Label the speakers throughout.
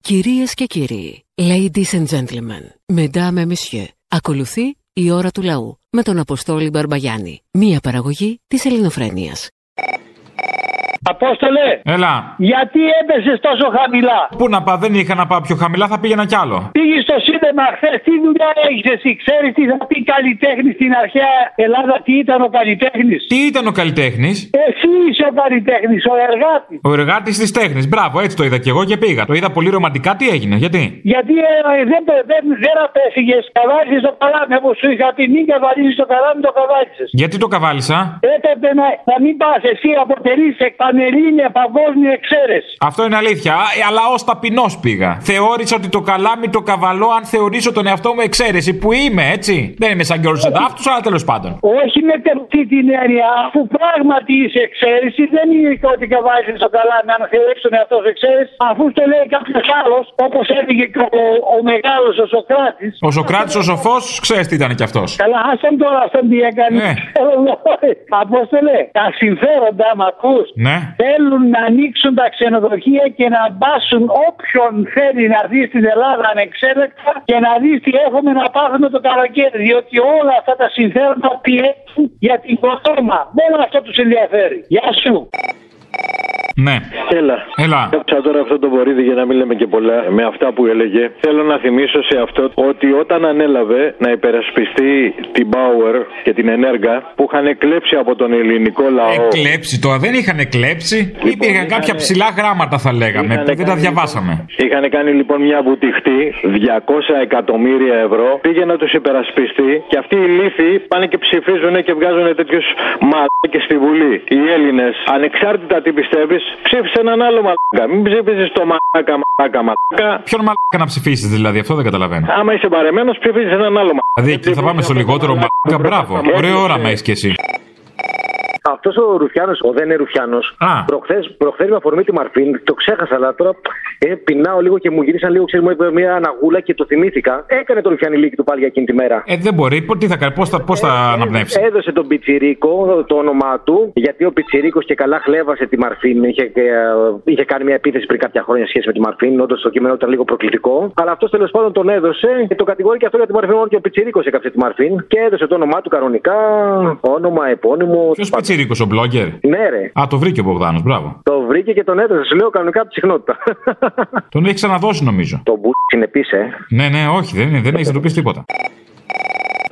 Speaker 1: Κυρίες και κύριοι, ladies and gentlemen, mesdames et messieurs, ακολουθεί η ώρα του λαού με τον Αποστόλη Μπαρμπαγιάννη, μία παραγωγή της Ελληνοφρένειας.
Speaker 2: Απόστολε,
Speaker 3: Έλα.
Speaker 2: γιατί έπεσες τόσο χαμηλά.
Speaker 3: Πού να πάω, δεν είχα να πάω πιο χαμηλά, θα πήγαινα κι άλλο.
Speaker 2: Πήγες στο σύνδεμα χθες, τι δουλειά έχεις εσύ. Ξέρεις τι θα πει καλλιτέχνη στην αρχαία Ελλάδα, τι ήταν ο καλλιτέχνης.
Speaker 3: Τι ήταν ο καλλιτέχνης,
Speaker 2: Εσύ είσαι ο καλλιτέχνης, ο εργάτης.
Speaker 3: ο εργάτης της τέχνης. Μπράβο, έτσι το είδα κι εγώ και πήγα. Το είδα πολύ ρομαντικά, τι έγινε, γιατί.
Speaker 2: Γιατί ε, ε, δεν, πε- δεν, δεν απέφυγες, καβάλισες το καλάμι όπως σου είχα πει. Μην καβαλίζεις το καλάμι, το καβάλισες.
Speaker 3: Γιατί το καβάλισα.
Speaker 2: Έπρεπε να, να μην πας, εσύ αποτελείς πανελλήνια παγκόσμια εξαίρεση.
Speaker 3: Αυτό είναι αλήθεια, α, ε, αλλά ως ταπεινός πήγα. Θεώρησα ότι το καλάμι το καβαλώ αν θεωρήσω τον εαυτό μου εξαίρεση που είμαι, έτσι. Δεν είμαι σαν και όλου
Speaker 2: Ε,
Speaker 3: του εδάφου, αλλά τέλος πάντων.
Speaker 2: Όχι με τε- αυτή την έννοια, αφού πράγματι είσαι εξαίρεση, δεν είναι και ότι καβάζεις το καλάμι, αν θεωρείς τον εαυτό σου εξαίρεση, αφού το λέει κάποιος άλλος, όπως έλεγε και ο, ο μεγάλος ο Σοκράτη.
Speaker 3: Ο Σοκράτη ο σοφός, ξέρεις τι ήταν κι αυτός.
Speaker 2: Καλά, άστον τώρα αυτόν τι έκανε.
Speaker 3: Ε.
Speaker 2: Απόστολε, τα συμφέροντα, μ' ακούς,
Speaker 3: Ναι.
Speaker 2: θέλουν να ανοίξουν τα ξενοδοχεία και να μπάσουν όποιον θέλει να δει στην Ελλάδα ανεξέλεκτα και να δει τι έχουμε να πάθουμε το καλοκαίρι. Διότι όλα αυτά τα συμφέροντα πιέζουν για την κοτόμα. Μόνο αυτό τους ενδιαφέρει. Γεια σου.
Speaker 3: Ναι.
Speaker 4: Έλα.
Speaker 3: Έλα.
Speaker 4: Άκουσα τώρα αυτό το βορίδι για να μην λέμε και πολλά με αυτά που έλεγε. Θέλω να θυμίσω σε αυτό ότι όταν ανέλαβε να υπερασπιστεί την Bauer και την Ενέργα που είχαν κλέψει από τον ελληνικό λαό.
Speaker 3: Εκλέψει τώρα, δεν είχαν εκλέψει.
Speaker 5: Λοιπόν,
Speaker 3: Υπήρχαν
Speaker 4: είχανε-
Speaker 3: κάποια ψηλά γράμματα, θα λέγαμε,
Speaker 4: Είχανε
Speaker 3: που δεν τα
Speaker 4: κάνει-
Speaker 3: διαβάσαμε.
Speaker 4: Είχαν κάνει λοιπόν μια βουτυχτή 200 εκατομμύρια ευρώ. Πήγε να τους υπερασπιστεί και αυτοί οι λύθοι πάνε και ψηφίζουν και βγάζουν τέτοιους μαλάκες στη Βουλή. Οι Έλληνες, ανεξάρτητα τι πιστεύεις, ψήφισε έναν άλλο μαλάκα. Μην ψήφιζε το μαλάκα, μαλάκα, μαλάκα.
Speaker 3: Ποιον μαλάκα να ψηφίσεις, δηλαδή, αυτό δεν καταλαβαίνω.
Speaker 4: Άμα είσαι παρεμένος, ψηφίζεις έναν άλλο
Speaker 3: Δηλαδή, εκεί
Speaker 5: Λοιπόν,
Speaker 3: θα πάμε στο λιγότερο μαλάκα, μπράβο. Ωραίο όραμα έχεις κι εσύ.
Speaker 5: Αυτός ο Ρουφιάνος, ο δεν είναι Ρουφιάνος,
Speaker 3: Α.
Speaker 5: προχθές προχθές με αφορμή τη Μαρφίν, το ξέχασα, αλλά τώρα ε, πεινάω λίγο και μου γυρίσαν λίγο, ξέρεις, μου έπαιρνε μια αναγούλα και το θυμήθηκα. Έκανε το Ρουφιάνη Λίκη του πάλι για εκείνη τη μέρα.
Speaker 3: Ε, δεν μπορεί, Πο- τι θα κάνει, πώς θα,
Speaker 5: Ε,
Speaker 3: πώς θα αναπνεύσει.
Speaker 5: Έδωσε τον Πιτσιρίκο το όνομά του, γιατί ο Πιτσιρίκος και καλά χλέβασε τη Μαρφίν. Είχε, ε, είχε κάνει μια επίθεση πριν κάποια χρόνια σχέση με τη Μαρφίν, όντως το κείμενο ήταν λίγο προκλητικό. Αλλά αυτός τέλος πάντων τον έδωσε και το κατηγόρηκε αυτό για τη Μαρφίν, μόνο και ο Πιτσιρίκος έκαψε τη Μαρφίν και έδωσε το όνομά του κανονικά, όνομα, επώνυμο.
Speaker 3: Ποιος πιτσίρικο ο μπλόγκερ.
Speaker 5: Ναι, ρε.
Speaker 3: Α, το βρήκε ο Μπογδάνος, μπρavo.
Speaker 5: Το βρήκε και τον έδωσε. Σου λέω κανονικά από τη συχνότητα.
Speaker 3: Τον έχει ξαναδώσει, νομίζω.
Speaker 5: το μπου είναι πίσω, ε.
Speaker 3: Ναι, ναι, όχι, δεν, είναι, δεν έχει εντοπίσει τίποτα.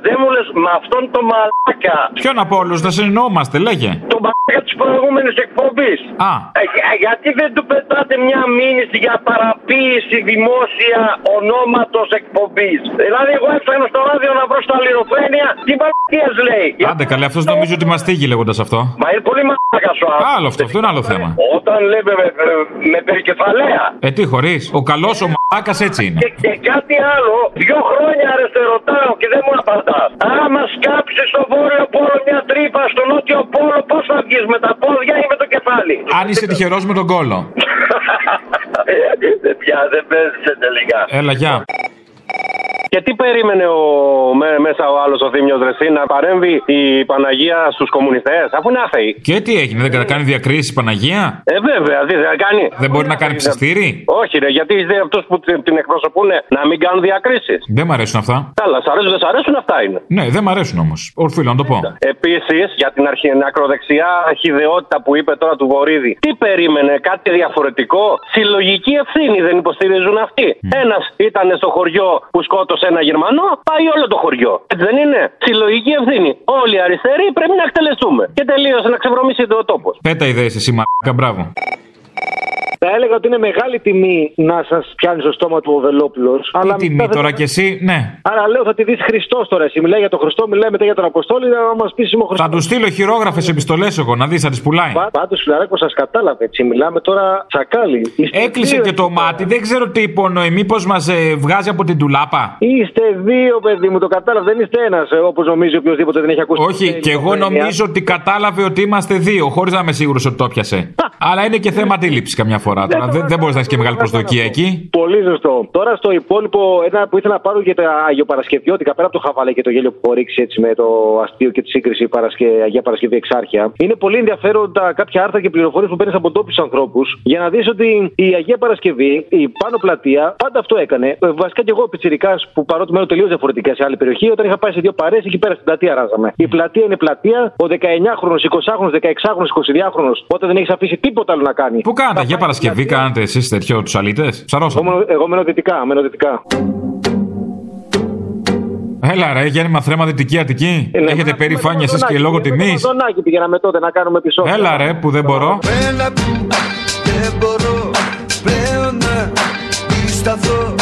Speaker 2: Δεν μου λες με αυτόν τον μαλάκα.
Speaker 3: Ποιον από όλους, να συνεννοούμαστε, λέγε.
Speaker 2: Τον μαλάκα της προηγούμενης εκπομπής.
Speaker 3: Α,
Speaker 2: Ε, γιατί δεν του πετάτε μια μήνυση για παραποίηση δημόσια ονόματος εκπομπής. Δηλαδή, εγώ έψαχνα στο ράδιο να βρω στα λιροφρένια τι μαλακίες λέει.
Speaker 3: άντε καλέ, αυτός νομίζω ότι μας τύχει λέγοντας αυτό.
Speaker 2: Μα είναι πολύ μαλάκα σου
Speaker 3: Άλλο αυτό, αυτό είναι άλλο
Speaker 5: Ε,
Speaker 3: θέμα.
Speaker 2: Όταν λέμε με, με, με περικεφαλαία.
Speaker 3: Ε, τι χωρίς. Ο καλός ο μαλάκας έτσι είναι.
Speaker 2: Και, και κάτι άλλο, δύο χρόνια ρε σε ρωτάω και δεν μου απαντάς. Άμα σκάψεις στο βόρειο πόλο μια τρύπα, στο νότιο πόλο, πώς θα βγεις με τα πόδια ή με το κεφάλι.
Speaker 3: Αν είσαι τυχερός με τον κόλο.
Speaker 2: δεν πια, δεν παίζεσαι τελικά.
Speaker 3: Έλα, γεια.
Speaker 6: Και τι περίμενε ο, με- μέσα ο άλλος ο Δήμιο Δρεσί να παρέμβει η Παναγία στους κομμουνιστές, αφού είναι άθεοι.
Speaker 3: Και τι έγινε, δεν κατακάνει διακρίσεις η Παναγία.
Speaker 6: Ε, βέβαια, δείτε, να κάνει.
Speaker 3: Δεν μπορεί να κάνει ψιστήρι.
Speaker 6: Όχι, ρε, γιατί είστε αυτούς που τε- την εκπροσωπούν να μην κάνουν διακρίσεις.
Speaker 3: Δεν μ' αρέσουν αυτά.
Speaker 6: Καλά, σ' αρέσουν, δεν σ' αρέσουν, αυτά είναι.
Speaker 3: Ναι, δεν μ' αρέσουν όμως. Ορφίλω να το πω.
Speaker 6: Επίσης, για την αρχι... την ακροδεξιά αρχιδεότητα που είπε τώρα του Βορύδη, τι περίμενε, κάτι διαφορετικό. Συλλογική ευθύνη δεν υποστηρίζουν αυτοί. Ένας Ένας ήταν στο χωριό που σκότωσε ένα Γερμανό, πάει όλο το χωριό. Έτσι δεν είναι. Συλλογική ευθύνη. Όλοι οι αριστεροί πρέπει να εκτελεστούμε. Και τελείωσε να ξεβρωμίσετε ο τόπος.
Speaker 3: Πέτα ιδέες εσύ, μαλάκα, μπράβο.
Speaker 5: Θα έλεγα ότι είναι μεγάλη τιμή να σας πιάνει στο στόμα του ο Βελόπουλος.
Speaker 3: Τι τιμή τώρα κι εσύ, ναι.
Speaker 5: Άρα λέω θα τη δεις Χριστός τώρα. Εσύ μιλάει για τον Χριστό, μιλάει μετά για τον Αποστόλη, να μας πεις είμαι ο Χριστός.
Speaker 3: Θα του στείλω χειρόγραφες επιστολές εγώ να δεις, θα τις πουλάει.
Speaker 5: Πάντως, φιλαράκο, σας κατάλαβε έτσι. Μιλάμε τώρα τσακάλι. Είστε
Speaker 3: Έκλεισε
Speaker 5: δύο,
Speaker 3: και το
Speaker 5: είστε-
Speaker 3: μάτι, δεν ξέρω τι υπονοεί. Μήπως μας βγάζει από την τουλάπα.
Speaker 5: Είστε δύο, παιδί μου, το κατάλαβε. Δεν είστε ένας όπως νομίζει οποιοδήποτε δεν έχει ακούσει.
Speaker 3: Όχι, και εγώ νομίζω ότι κατάλαβε ότι είμαστε δύο, χωρίς να είμαι σίγουρος ότι το πιασε. Αλλά είναι και θέμα αντίληψης καμιά αφορά τώρα. Δεν, δεν μπορείς να έχεις και μεγάλη προσδοκία εκεί.
Speaker 5: Πολύ ζεστό. Τώρα στο υπόλοιπο, ένα που ήθελα να πάρω για τα Αγιοπαρασκευιώτικα, πέρα από το χαβαλέ και το γέλιο που έχω ρίξει έτσι, με το αστείο και τη σύγκριση Παρασκε... Αγία Παρασκευή Εξάρχεια. Είναι πολύ ενδιαφέροντα κάποια άρθρα και πληροφορίες που παίρνεις από τόπιου ανθρώπους για να δεις ότι η Αγία Παρασκευή, η πάνω πλατεία, πάντα αυτό έκανε. Ε, Βασικά και εγώ, πιτσυρικά που παρότι μένω τελείως διαφορετικά σε άλλη περιοχή, όταν είχα πάει σε δύο παρέ, εκεί πέρα στην πλατεία ράζαμε. Η πλατεία είναι πλατεία, ο 19χρονο, 20χρονο, 16χρονο, 22χρονο, όταν δεν έχεις αφήσει τίποτα άλλο να κάνεις.
Speaker 3: Πού κάνατε, για Παρασκευή,
Speaker 5: δηλαδή.
Speaker 3: κάνατε εσείς τέτοιο τους αλήτες.
Speaker 5: Εγώ,
Speaker 3: Ψαρώσατε.
Speaker 5: μένω- εγώ μένω δυτικά, μένω δυτικά.
Speaker 3: Έλα ρε, Γιάννη Μαθρέμα Δυτική Αττική.
Speaker 5: Ε, ναι.
Speaker 3: Έχετε
Speaker 5: Με τον
Speaker 3: περηφάνεια εσεί και
Speaker 5: Αντωνάκη,
Speaker 3: λόγω
Speaker 5: με τον
Speaker 3: τιμή.
Speaker 5: Αντωνάκη πήγαμε τότε να κάνουμε πισό.
Speaker 3: Έλα ρε, που δεν μπορώ.
Speaker 7: Έλα, δεν μπορώ πλέον να πισταθώ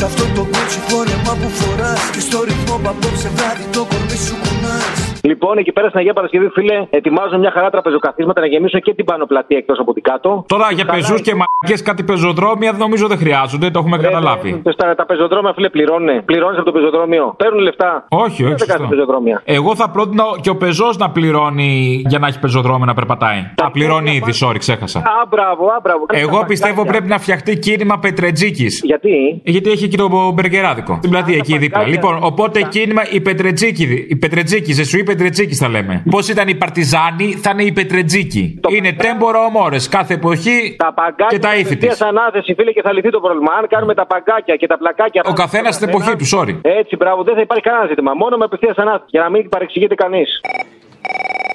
Speaker 7: Σ' αυτό το κότσι φόρεμα που φοράς Και στο ρυθμό που απόψε βράδυ το κορμί σου κουνάς
Speaker 5: Λοιπόν, εκεί πέρα στην Αγία Παρασκευή, φίλε, ετοιμάζουν μια χαρά τραπεζοκαθίσματα να γεμίσουν και την πάνω πλατεία εκτός από την κάτω.
Speaker 3: Τώρα για πεζούς και μαρκέ κάτι πεζοδρόμια δεν νομίζω δεν χρειάζονται, το έχουμε
Speaker 5: Ε,
Speaker 3: καταλάβει.
Speaker 5: ε, Στα, τα πεζοδρόμια, φίλε, πληρώνε. Πληρώνεις από το πεζοδρόμιο. Παίρνουν λεφτά.
Speaker 3: Όχι, όχι.
Speaker 5: Δεν
Speaker 3: σωστό.
Speaker 5: κάνει πεζοδρόμια.
Speaker 3: Εγώ θα πρότεινα και ο πεζός να πληρώνει για να έχει πεζοδρόμιο να περπατάει. Τα πληρώνει ήδη, sorry, ξέχασα.
Speaker 5: Α, μπράβο, α, μπράβο. Κάνεις
Speaker 3: Εγώ
Speaker 5: τα
Speaker 3: πιστεύω
Speaker 5: μπαγκάκια.
Speaker 3: πρέπει να φτιαχτεί κίνημα Πετρετζίκης.
Speaker 5: Γιατί.
Speaker 3: Γιατί έχει και το Μπεργκεράδικο. Στην πλατεία εκεί δίπλα. Λοιπόν, οπότε κίνημα οι Πετρετζίκοι. Οι Πετρετζίκοι, σου οι Πετρετζίκοι θα λέμε. Πώς ήταν οι Παρτιζάνοι, θα είναι οι Πετρετζίκοι.
Speaker 5: Το
Speaker 3: Είναι τέμπορο ομόρες. Κάθε εποχή
Speaker 5: Τα παγκάκια
Speaker 3: και τα ήθη τη.
Speaker 5: απευθείας ανάθεση, φίλε, και θα λυθεί το πρόβλημα. Αν κάνουμε τα παγκάκια και τα πλακάκια.
Speaker 3: Ο καθένα στην εποχή του, sorry.
Speaker 5: Έτσι, μπράβο, δεν θα υπάρχει κανένα ζήτημα. Μόνο με απευθείας ανάθεση. Για να μην παρεξηγείται κανείς.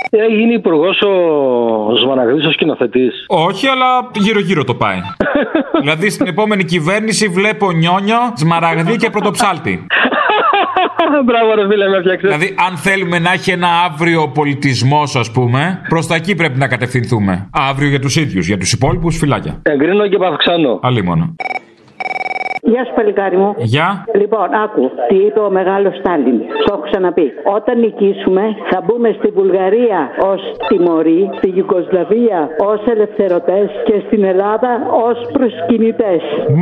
Speaker 8: Έχει γίνει υπουργός ο Σμαναγρή ο σκηνοθετής.
Speaker 3: Όχι, αλλά γύρω-γύρω το πάει. δηλαδή στην επόμενη κυβέρνηση βλέπω νιόνιο, σμαραγδί και πρωτοψάλτη.
Speaker 8: Μπράβο, ρε φίλε, με έφτιαξες.
Speaker 3: δηλαδή, αν θέλουμε να έχει ένα αύριο πολιτισμός, ας πούμε, προς τα εκεί πρέπει να κατευθυνθούμε. Αύριο για τους ίδιους, για τους υπόλοιπους φυλάκια.
Speaker 8: Εγκρίνω και παυξάνω.
Speaker 3: Αλίμονο.
Speaker 6: Γεια σου, παλικάρι μου.
Speaker 3: Γεια.
Speaker 6: Λοιπόν, άκου, τι είπε ο μεγάλος Στάλιν. Το έχω ξαναπεί. Όταν νικήσουμε, θα μπούμε στη Βουλγαρία ως τιμωροί, στη Γιουγκοσλαβία ως ελευθερωτές και στην Ελλάδα ως προσκυνητές.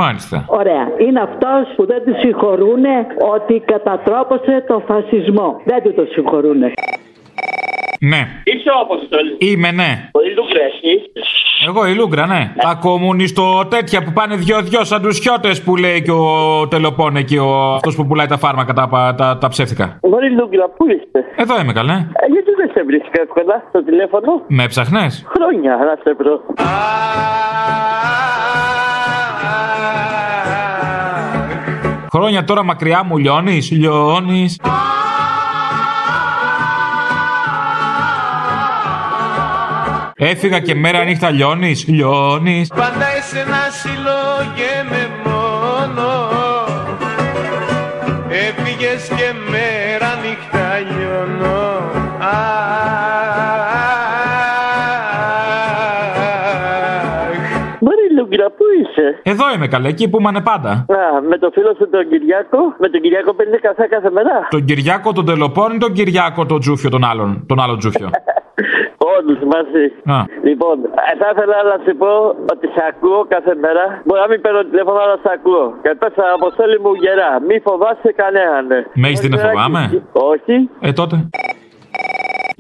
Speaker 3: Μάλιστα.
Speaker 6: Ωραία. Είναι αυτός που δεν του συγχωρούν ότι κατατρόπωσε το φασισμό. Δεν του το συγχωρούν.
Speaker 3: Ναι.
Speaker 9: Είσαι ο Αποστόλη.
Speaker 3: Είμαι, ναι.
Speaker 9: Πολύ λούγκρα, εσύ.
Speaker 3: Εγώ η Λούγκρα, ναι. Τα κομμουνιστο τέτοια που πάνε δυο-δυο σαν τους χιώτες που λέει και ο Τελοπών εκεί, ο... αυτός που πουλάει τα φάρμακα, τα, πα- τα, τα ψεύτικα.
Speaker 9: Πολύ λούγκρα, πού είστε.
Speaker 3: Εδώ είμαι καλέ.
Speaker 9: Ε, Γιατί δεν σε βρίσκα εύκολα στο τηλέφωνο.
Speaker 3: Με ψαχνές.
Speaker 9: Χρόνια να σε βρω.
Speaker 3: Χρόνια τώρα μακριά μου λιώνεις, λιώνεις. Έφυγα και μέρα νύχτα λιώνεις, λιώνεις.
Speaker 7: Πάντα είσαι ένα συλλογέμαι μόνο Έφυγες και μέρα νύχτα λιώνω Αχ.
Speaker 9: Πολύ λούγκρα, πού είσαι.
Speaker 3: Εδώ είμαι καλέ, εκεί που είμαι πάντα.
Speaker 9: Να, με το φίλο σου τον Κυριάκο. Με τον Κυριάκο παίρνεις καφέ κάθε μέρα.
Speaker 3: Τον Κυριάκο τον Τελοπών ή τον Κυριάκο τον Τζούφιο τον άλλον, τον άλλο Τζούφιο.
Speaker 9: Όλου μαζί.
Speaker 3: Α.
Speaker 9: Λοιπόν, ε, θα ήθελα να σου πω ότι σε ακούω κάθε μέρα. Μπορεί να μην παίρνω τηλέφωνο, αλλά σε ακούω. Και πε αποστέλει μου γερά. Μη φοβάσαι κανέναν.
Speaker 3: Με έχεις δει να
Speaker 9: Ωραία,
Speaker 3: φοβάμαι?
Speaker 9: και- Όχι.
Speaker 3: Ε, τότε.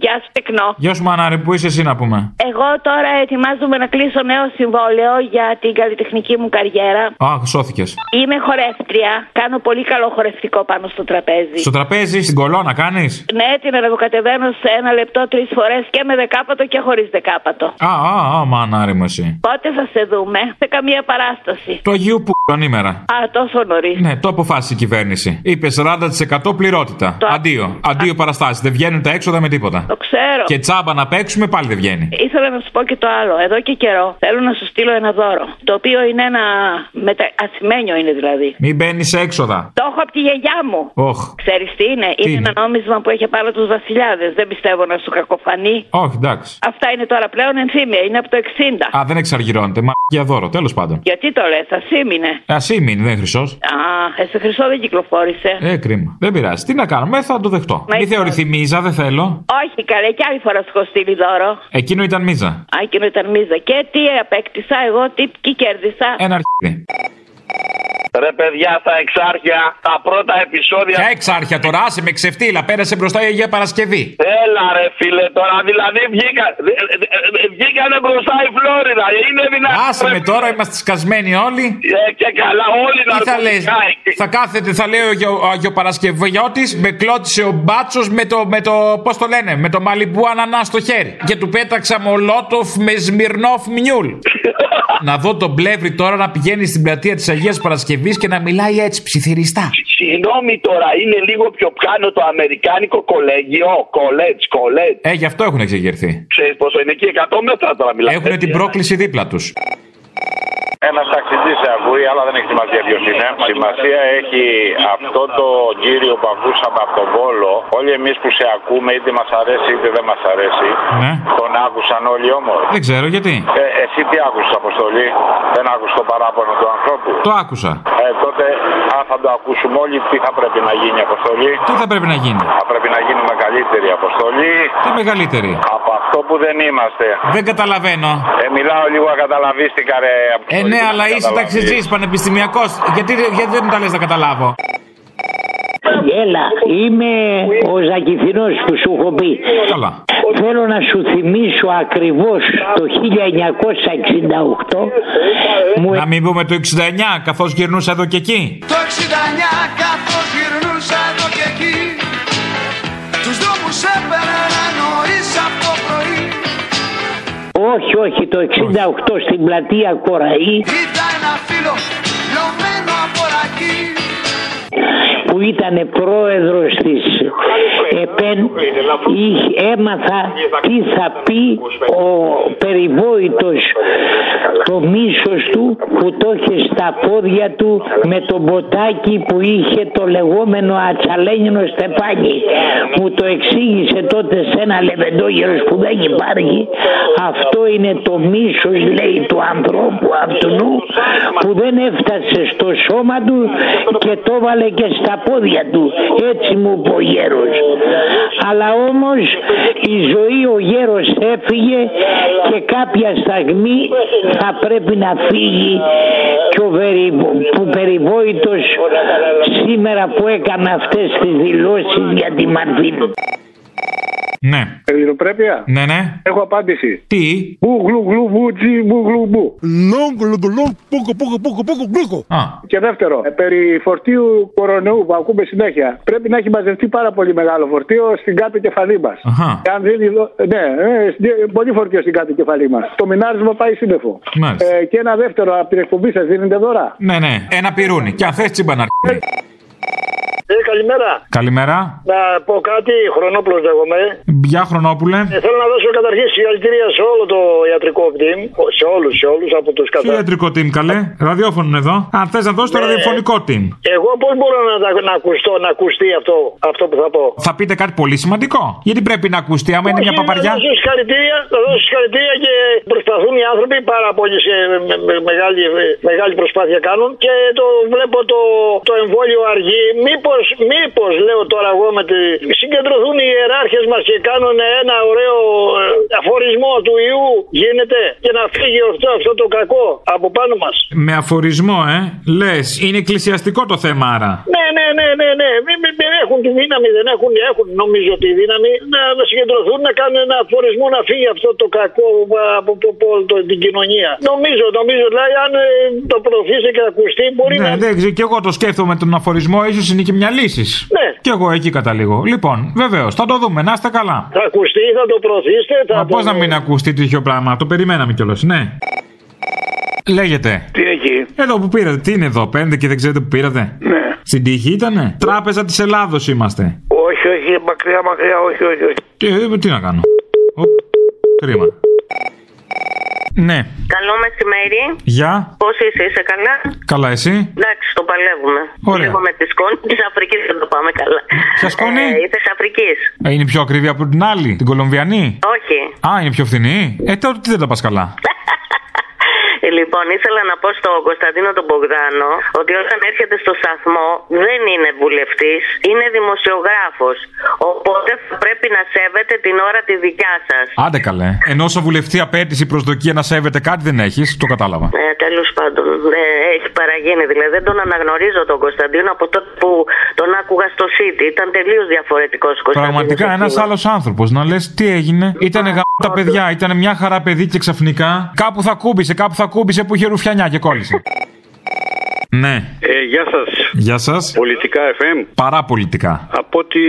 Speaker 10: Γεια σου, τεκνό.
Speaker 3: Γεια σου, Μανάρη, που είσαι εσύ να πούμε.
Speaker 10: Εγώ τώρα ετοιμάζομαι να κλείσω νέο συμβόλαιο για την καλλιτεχνική μου καριέρα.
Speaker 3: Α, σώθηκες.
Speaker 10: Είμαι χορεύτρια. Κάνω πολύ καλό χορευτικό πάνω στο τραπέζι.
Speaker 3: Στο τραπέζι, στην κολόνα κάνεις.
Speaker 10: Ναι, την ανεβοκατεβαίνω σε ένα λεπτό τρεις φορές και με δεκάπατο και χωρίς δεκάπατο.
Speaker 3: Α, α, α, Μανάρη μου εσύ.
Speaker 10: Πότε θα σε δούμε, σε καμία παράσταση.
Speaker 3: Το Αγίου που ανήμερα.
Speaker 10: Α, τόσο νωρίς.
Speaker 3: Ναι, το αποφάσισε η κυβέρνηση. Είπες 40% πληρότητα.
Speaker 10: Το-
Speaker 3: Αντίο. Αντίο παραστάσεις. Δεν βγαίνουν τα έξοδα με τίποτα.
Speaker 10: Το ξέρω.
Speaker 3: Και τσάμπα να παίξουμε πάλι δεν βγαίνει.
Speaker 10: Ήθελα να σου πω και το άλλο. Εδώ και καιρό θέλω να σου στείλω ένα δώρο. Το οποίο είναι ένα. Μετα... Ασημένιο είναι δηλαδή.
Speaker 3: Μην μπαίνεις σε έξοδα.
Speaker 10: Το έχω από τη γιαγιά μου.
Speaker 3: Όχ.
Speaker 10: Ξέρεις τι είναι,
Speaker 3: Τι
Speaker 10: είναι,
Speaker 3: είναι?
Speaker 10: ένα νόμισμα που έχει πάνω τους βασιλιάδες. Δεν πιστεύω να σου κακοφανεί.
Speaker 3: Όχι, εντάξει.
Speaker 10: Αυτά είναι τώρα πλέον ενθύμια, είναι από το 60.
Speaker 3: Α, δεν εξαργυρώνεται. Μα για δώρο, τέλος πάντων.
Speaker 10: Γιατί το λες, ασήμινε.
Speaker 3: Α ήμουν, δεν χρυσός.
Speaker 10: Α, ε, σε χρυσό δεν κυκλοφόρησε.
Speaker 3: Ε, κρίμα. Δεν πειράζει. Τι να κάνουμε, θα το δεχτώ.
Speaker 10: Μα
Speaker 3: Μη
Speaker 10: είσαι-
Speaker 3: θεωρηθεί μίζα, δεν θέλω.
Speaker 10: Όχι, καλέ, και άλλη φορά σου έχω στείλει δώρο.
Speaker 3: Εκείνο ήταν μίζα.
Speaker 10: Α, εκείνο ήταν μίζα. Και τι απέκτησα εγώ, τι, τι κέρδισα.
Speaker 3: Ένα αρχίδι.
Speaker 1: Ρε
Speaker 11: Ρε παιδιά, τα εξάρχεια, τα πρώτα επεισόδια.
Speaker 3: Ποια εξάρχεια τώρα, άσε με ξεφτύλα, πέρασε μπροστά η Αγία Παρασκευή.
Speaker 11: Έλα ρε φίλε τώρα, δηλαδή βγήκα, δε- δε- δε- βγήκανε μπροστά η Φλόριδα, είναι δυνατόν.
Speaker 3: Άσε
Speaker 11: ρε,
Speaker 3: με τώρα, είμαστε σκασμένοι όλοι.
Speaker 11: Ε, και καλά, όλοι
Speaker 3: Τι θα λες,
Speaker 11: ναρκωτικά
Speaker 3: θα κάθεται, θα λέει ο Αγιο- ο Αγιοπαρασκευιώτης, με κλώτησε ο μπάτσος με το, με το, πώς το λένε, με το μαλιμπού ανανά στο χέρι. Και του πέταξα μολότοφ με σμυρνόφ μιούλ. να δω τον πλεύρη τώρα να πηγαίνει στην πλατεία της Αγίας Παρασκευής και να μιλάει έτσι ψιθυριστά.
Speaker 11: Συγγνώμη τώρα, είναι λίγο πιο πάνω το Αμερικάνικο κολέγιο. Κολέτ, κολέτ.
Speaker 3: Ε, γι' αυτό έχουν εξεγερθεί.
Speaker 11: Ξέρεις πόσο είναι εκεί, 100 μέτρα τώρα μιλάμε.
Speaker 3: Έχουν την πρόκληση δίπλα τους.
Speaker 12: Ένας ταξιτής σε ακούει, αλλά δεν έχει σημασία ποιος είναι. Σημασία έχει αυτό το κύριο που ακούσαμε από τον Βόλο. Όλοι εμείς που σε ακούμε, είτε μας αρέσει είτε δεν μας αρέσει.
Speaker 3: Ναι.
Speaker 12: Τον άκουσαν όλοι όμως.
Speaker 3: Δεν ξέρω γιατί.
Speaker 12: Ε, εσύ τι άκουσες αποστολή, δεν άκουσες το παράπονο του ανθρώπου.
Speaker 3: Το άκουσα.
Speaker 12: Ε, τότε, αν θα το ακούσουμε όλοι, τι θα πρέπει να γίνει η αποστολή.
Speaker 3: Τι θα πρέπει να γίνει.
Speaker 12: Θα πρέπει να γίνουμε καλύτερη αποστολή
Speaker 3: Τι μεγαλύτερη.
Speaker 12: από αυτό που δεν είμαστε.
Speaker 3: Δεν καταλαβαίνω.
Speaker 12: Ε, μιλάω λίγο ακαταλαβίστηκα, ρε.
Speaker 3: Ε, ναι, αλλά είσαι ταξιτζής, πανεπιστημιακός. Γιατί, γιατί δεν μου τα λες να καταλάβω.
Speaker 13: Έλα, είμαι ο Ζακυθινός που σου έχω πει.
Speaker 3: Καλά.
Speaker 13: Θέλω να σου θυμίσω ακριβώς το 1968
Speaker 11: Ε,
Speaker 3: Να μην πούμε το 69, καθώς γυρνούσα εδώ και εκεί.
Speaker 7: Το 69 καθώς γυρνούσα εδώ και εκεί Τους δρόμους έπαιρνα να νωρίς από το πρωί
Speaker 13: όχι, όχι, το 68 στην πλατεία Κοραή
Speaker 7: Είδα ένα φίλο λωμένο από ρακί
Speaker 13: που ήταν πρόεδρος της ΕΠΕΝ είχε- έμαθα τι θα πει ο περιβόητος το μίσος του που το είχε στα πόδια του με το ποτάκι που είχε το λεγόμενο ατσαλένινο στεφάνι μου το εξήγησε τότε σε ένα λεβεντόγερος που δεν υπάρχει αυτό είναι το μίσος λέει του ανθρώπου αυτού που δεν έφτασε στο σώμα του και το βάλε και στα πόδια του έτσι μου είπε ο γέρος αλλά όμως η ζωή ο γέρος έφυγε και κάποια στιγμή θα πρέπει να φύγει και ο περι, που περιβόητος σήμερα που έκανε αυτές τις δηλώσεις για τη Μαρβίνη.
Speaker 3: Ναι.
Speaker 14: Ελληνοπρέπεια.
Speaker 3: Ναι, ναι.
Speaker 14: Έχω απάντηση.
Speaker 3: Τι.
Speaker 14: Μπου γλου γλου μπου τζι μπου γλου μπου. Λόγκ λόγκ λόγκ πούκο πούκο πούκο πούκο πούκο. Και δεύτερο, ε, περί φορτίου κορονοϊού που ακούμε συνέχεια. Πρέπει να έχει μαζευτεί πάρα πολύ μεγάλο φορτίο στην κάτω κεφαλή μας.
Speaker 3: Αχα.
Speaker 14: Αν δίνει. δο- Ναι, ε, στην- πολύ φορτίο στην κάτω κεφαλή μας. Το μινάρισμα πάει σύννεφο.
Speaker 3: Μάλιστα.
Speaker 14: Ε, και ένα δεύτερο, από την εκπομπή σας δίνετε δώρα.
Speaker 3: Ναι, ναι. Ένα πυρούνι. Και αν θες τσιμπαναρ.
Speaker 15: Ε, καλημέρα.
Speaker 3: Καλημέρα.
Speaker 15: Να πω κάτι, χρονόπλος λέγομαι.
Speaker 3: Γεια Χρονόπουλε.
Speaker 15: Ε, θέλω να δώσω καταρχήν συγχαρητήρια σε όλο το ιατρικό team, σε όλους, σε όλους από τους
Speaker 3: Ποιο
Speaker 15: κατά...
Speaker 3: ιατρικό team, καλέ. Ραδιόφωνο είναι εδώ. Αν θες να δώσει το
Speaker 15: Ναι.
Speaker 3: ραδιοφωνικό team.
Speaker 15: Εγώ πώς μπορώ να, τα- να ακουστώ, να ακουστεί αυτό, αυτό που θα πω.
Speaker 3: Θα πείτε κάτι πολύ σημαντικό. Γιατί πρέπει να ακουστεί, άμα είναι μια
Speaker 15: Όχι,
Speaker 3: παπαριά.
Speaker 15: Να δώσω Λοιπόν, συγχαρητήρια, να δώσω συγχαρητήρια και προσπαθούν οι άνθρωποι πάρα πολύ σε με, με- μεγάλη, μεγάλη προσπάθεια κάνουν και το βλέπω το, το εμβόλιο αργή. Μήπως, μήπως λέω τώρα εγώ με τη... Συγκεντρωθούν οι ιεράρχες μας και κάνουν ένα ωραίο ε, αφορισμό του ιού γίνεται και να φύγει αυτό, αυτό το κακό από πάνω μας.
Speaker 3: Με αφορισμό, ε. Λες, είναι εκκλησιαστικό το θέμα άρα.
Speaker 15: Ναι, ναι, ναι, ναι, ναι. Μη, μη, μη έχουν τη δύναμη, δεν έχουν, έχουν νομίζω τη δύναμη να, να συγκεντρωθούν, να κάνουν ένα αφορισμό να φύγει αυτό το κακό α, από το, από το, την κοινωνία. Νομίζω, νομίζω, δηλαδή αν ε, το προωθήσει και ακουστεί μπορεί
Speaker 3: Ναι,
Speaker 15: να...
Speaker 3: δεν ξέρω, και εγώ το σκέφτομαι τον αφορισμό, ίσως είναι και μια λύση.
Speaker 15: Ναι.
Speaker 3: Και εγώ εκεί καταλήγω. Λοιπόν, βεβαίως, θα το δούμε, να είστε καλά.
Speaker 15: Θα ακουστεί, θα το προωθήσετε, θα
Speaker 3: Μα
Speaker 15: το...
Speaker 3: πώς να μην ακουστεί τέτοιο πράγμα, το περιμέναμε κιόλας, ναι. Λέγεται.
Speaker 16: Τι εκεί.
Speaker 3: Εδώ που πήρατε, τι είναι εδώ, πέντε και δεν ξέρετε που πήρατε. Ναι. Στην τύχη ήτανε. Τράπεζα της Ελλάδος είμαστε.
Speaker 16: Όχι, όχι, μακριά, μακριά, όχι, όχι. όχι.
Speaker 3: Τι, ε, τι να κάνω. Οπ, κρίμα. Ναι,
Speaker 17: Καλό μεσημέρι.
Speaker 3: γεια.
Speaker 17: Πώς είσαι, είσαι καλά.
Speaker 3: Καλά, εσύ.
Speaker 17: Εντάξει, το παλεύουμε.
Speaker 3: Ωραία.
Speaker 17: Λίγο με τη σκόνη της Αφρικής δεν το πάμε καλά.
Speaker 3: Ποια σκόνη?
Speaker 17: Ε, είσαι Αφρικής.
Speaker 3: Ε, Είναι πιο ακριβή από την άλλη, την Κολομβιανή.
Speaker 17: Όχι.
Speaker 3: Α, είναι πιο φθηνή. Ε, τότε τι δεν τα πας καλά.
Speaker 17: Λοιπόν, ήθελα να πω στον Κωνσταντίνο τον Μπογδάνο ότι όταν έρχεται στο σταθμό δεν είναι βουλευτής, είναι δημοσιογράφος. Οπότε πρέπει να σέβεται την ώρα τη δικιά σας.
Speaker 3: Άντε καλέ. Ενώ σε βουλευτή απέτηση προσδοκία να σέβεται κάτι δεν έχεις, το κατάλαβα.
Speaker 17: Ε, Τέλος πάντων, ε, έχει παραγίνει. Δηλαδή, δεν τον αναγνωρίζω τον Κωνσταντίνο από τότε που τον άκουγα στο City. Ήταν τελείως διαφορετικός Κωνσταντίνος.
Speaker 3: Πραγματικά ένα άλλος άνθρωπος να λες τι έγινε. Ήτανε γα... τα παιδιά, ήταν μια χαρά παιδί και ξαφνικά κάπου θα κούμπησε, κάπου θα κούμπησε που είχε ρουφιανιά και κόλλησε. ναι.
Speaker 18: Ε, γεια σας.
Speaker 3: Γεια σας.
Speaker 18: Πολιτικά FM.
Speaker 3: Παραπολιτικά.
Speaker 18: Από ό,τι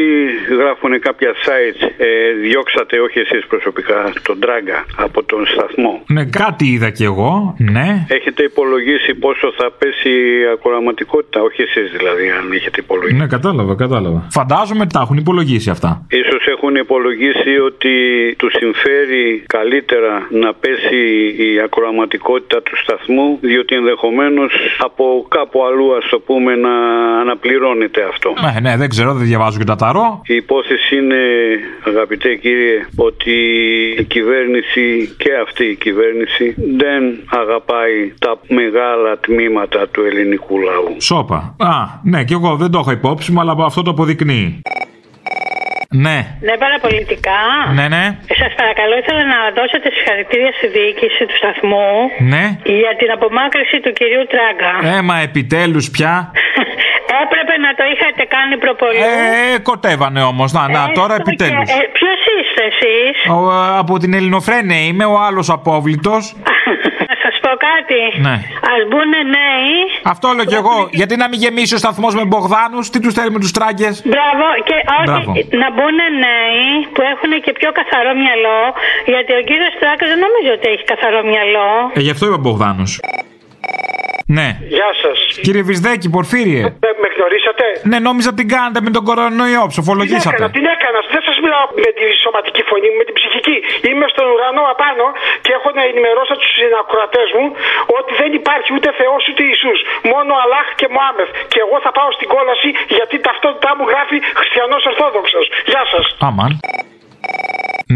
Speaker 18: γράφουν κάποια sites, ε, διώξατε όχι εσείς προσωπικά τον Τράγκα από τον σταθμό.
Speaker 3: Ναι, κάτι είδα κι εγώ. Ναι.
Speaker 18: Έχετε υπολογίσει πόσο θα πέσει η ακροαματικότητα, όχι εσείς δηλαδή, αν έχετε υπολογίσει.
Speaker 3: Ναι, κατάλαβα, κατάλαβα. Φαντάζομαι τα έχουν υπολογίσει αυτά.
Speaker 18: Ίσως έχουν υπολογίσει ότι τους συμφέρει καλύτερα να πέσει η ακροαματικότητα του σταθμού, διότι ενδεχομένως από κάπου αλλού ας το πούμε να αναπληρώνεται αυτό.
Speaker 3: Ναι, ναι, δεν ξέρω, δεν διαβάζω και τα ταρό.
Speaker 18: Η υπόθεση είναι, αγαπητέ κύριε, ότι η κυβέρνηση και αυτή η κυβέρνηση δεν αγαπάει τα μεγάλα τμήματα του ελληνικού λαού.
Speaker 3: Σόπα. Α, ναι, κι εγώ δεν το έχω υπόψη μου, αλλά αυτό το αποδεικνύει. Ναι,
Speaker 19: Ναι, παραπολιτικά.
Speaker 3: ναι, ναι,
Speaker 19: Σας παρακαλώ, ήθελα να δώσετε συγχαρητήρια στη διοίκηση του σταθμού
Speaker 3: ναι.
Speaker 19: για την απομάκρυση του κυρίου Τράγκα.
Speaker 3: Έμα επιτέλους πια.
Speaker 19: Έπρεπε να το είχατε κάνει προπολού.
Speaker 3: Ε, κοτέβανε όμως. Να, να, τώρα επιτέλους.
Speaker 19: Ε, Ποιος είστε εσείς,
Speaker 3: Ο, ε, από την Ελληνοφρένεια είμαι, ο άλλος απόβλητος.
Speaker 19: να σα πω κάτι.
Speaker 3: Ναι.
Speaker 19: Ας μπουν νέοι.
Speaker 3: Αυτό λέω κι εγώ. Γιατί να μην γεμίσει ο σταθμός με Μπογδάνους, τι τους θέλει με τους τράγκες.
Speaker 19: Μπράβο, και όχι,
Speaker 3: Μπράβο.
Speaker 19: Ε, να μπουν νέοι που έχουν και πιο καθαρό μυαλό. Γιατί ο κύριος Τράγκα δεν νομίζω ότι έχει καθαρό μυαλό.
Speaker 3: Ε, γι' αυτό είπα Μπογδάνου. Ναι.
Speaker 20: Γεια σας.
Speaker 3: Κύριε Βυσδέκη, Πορφύριε.
Speaker 20: με γνωρίσατε.
Speaker 3: Ναι, νόμιζα την κάνετε με τον κορονοϊό,
Speaker 20: Τι έκανα,
Speaker 3: ψοφολογήσατε.
Speaker 20: την έκανα. Δεν σας μιλάω με τη σωματική φωνή μου, με την ψυχική. Είμαι στον ουρανό απάνω και έχω να ενημερώσω τους συνακροατές μου ότι δεν υπάρχει ούτε Θεός ούτε Ιησούς. Μόνο Αλάχ και Μωάμεθ. Και εγώ θα πάω στην κόλαση γιατί ταυτότητά μου γράφει Χριστιανός Ορθόδοξος. Γεια σας.
Speaker 3: Αμάν.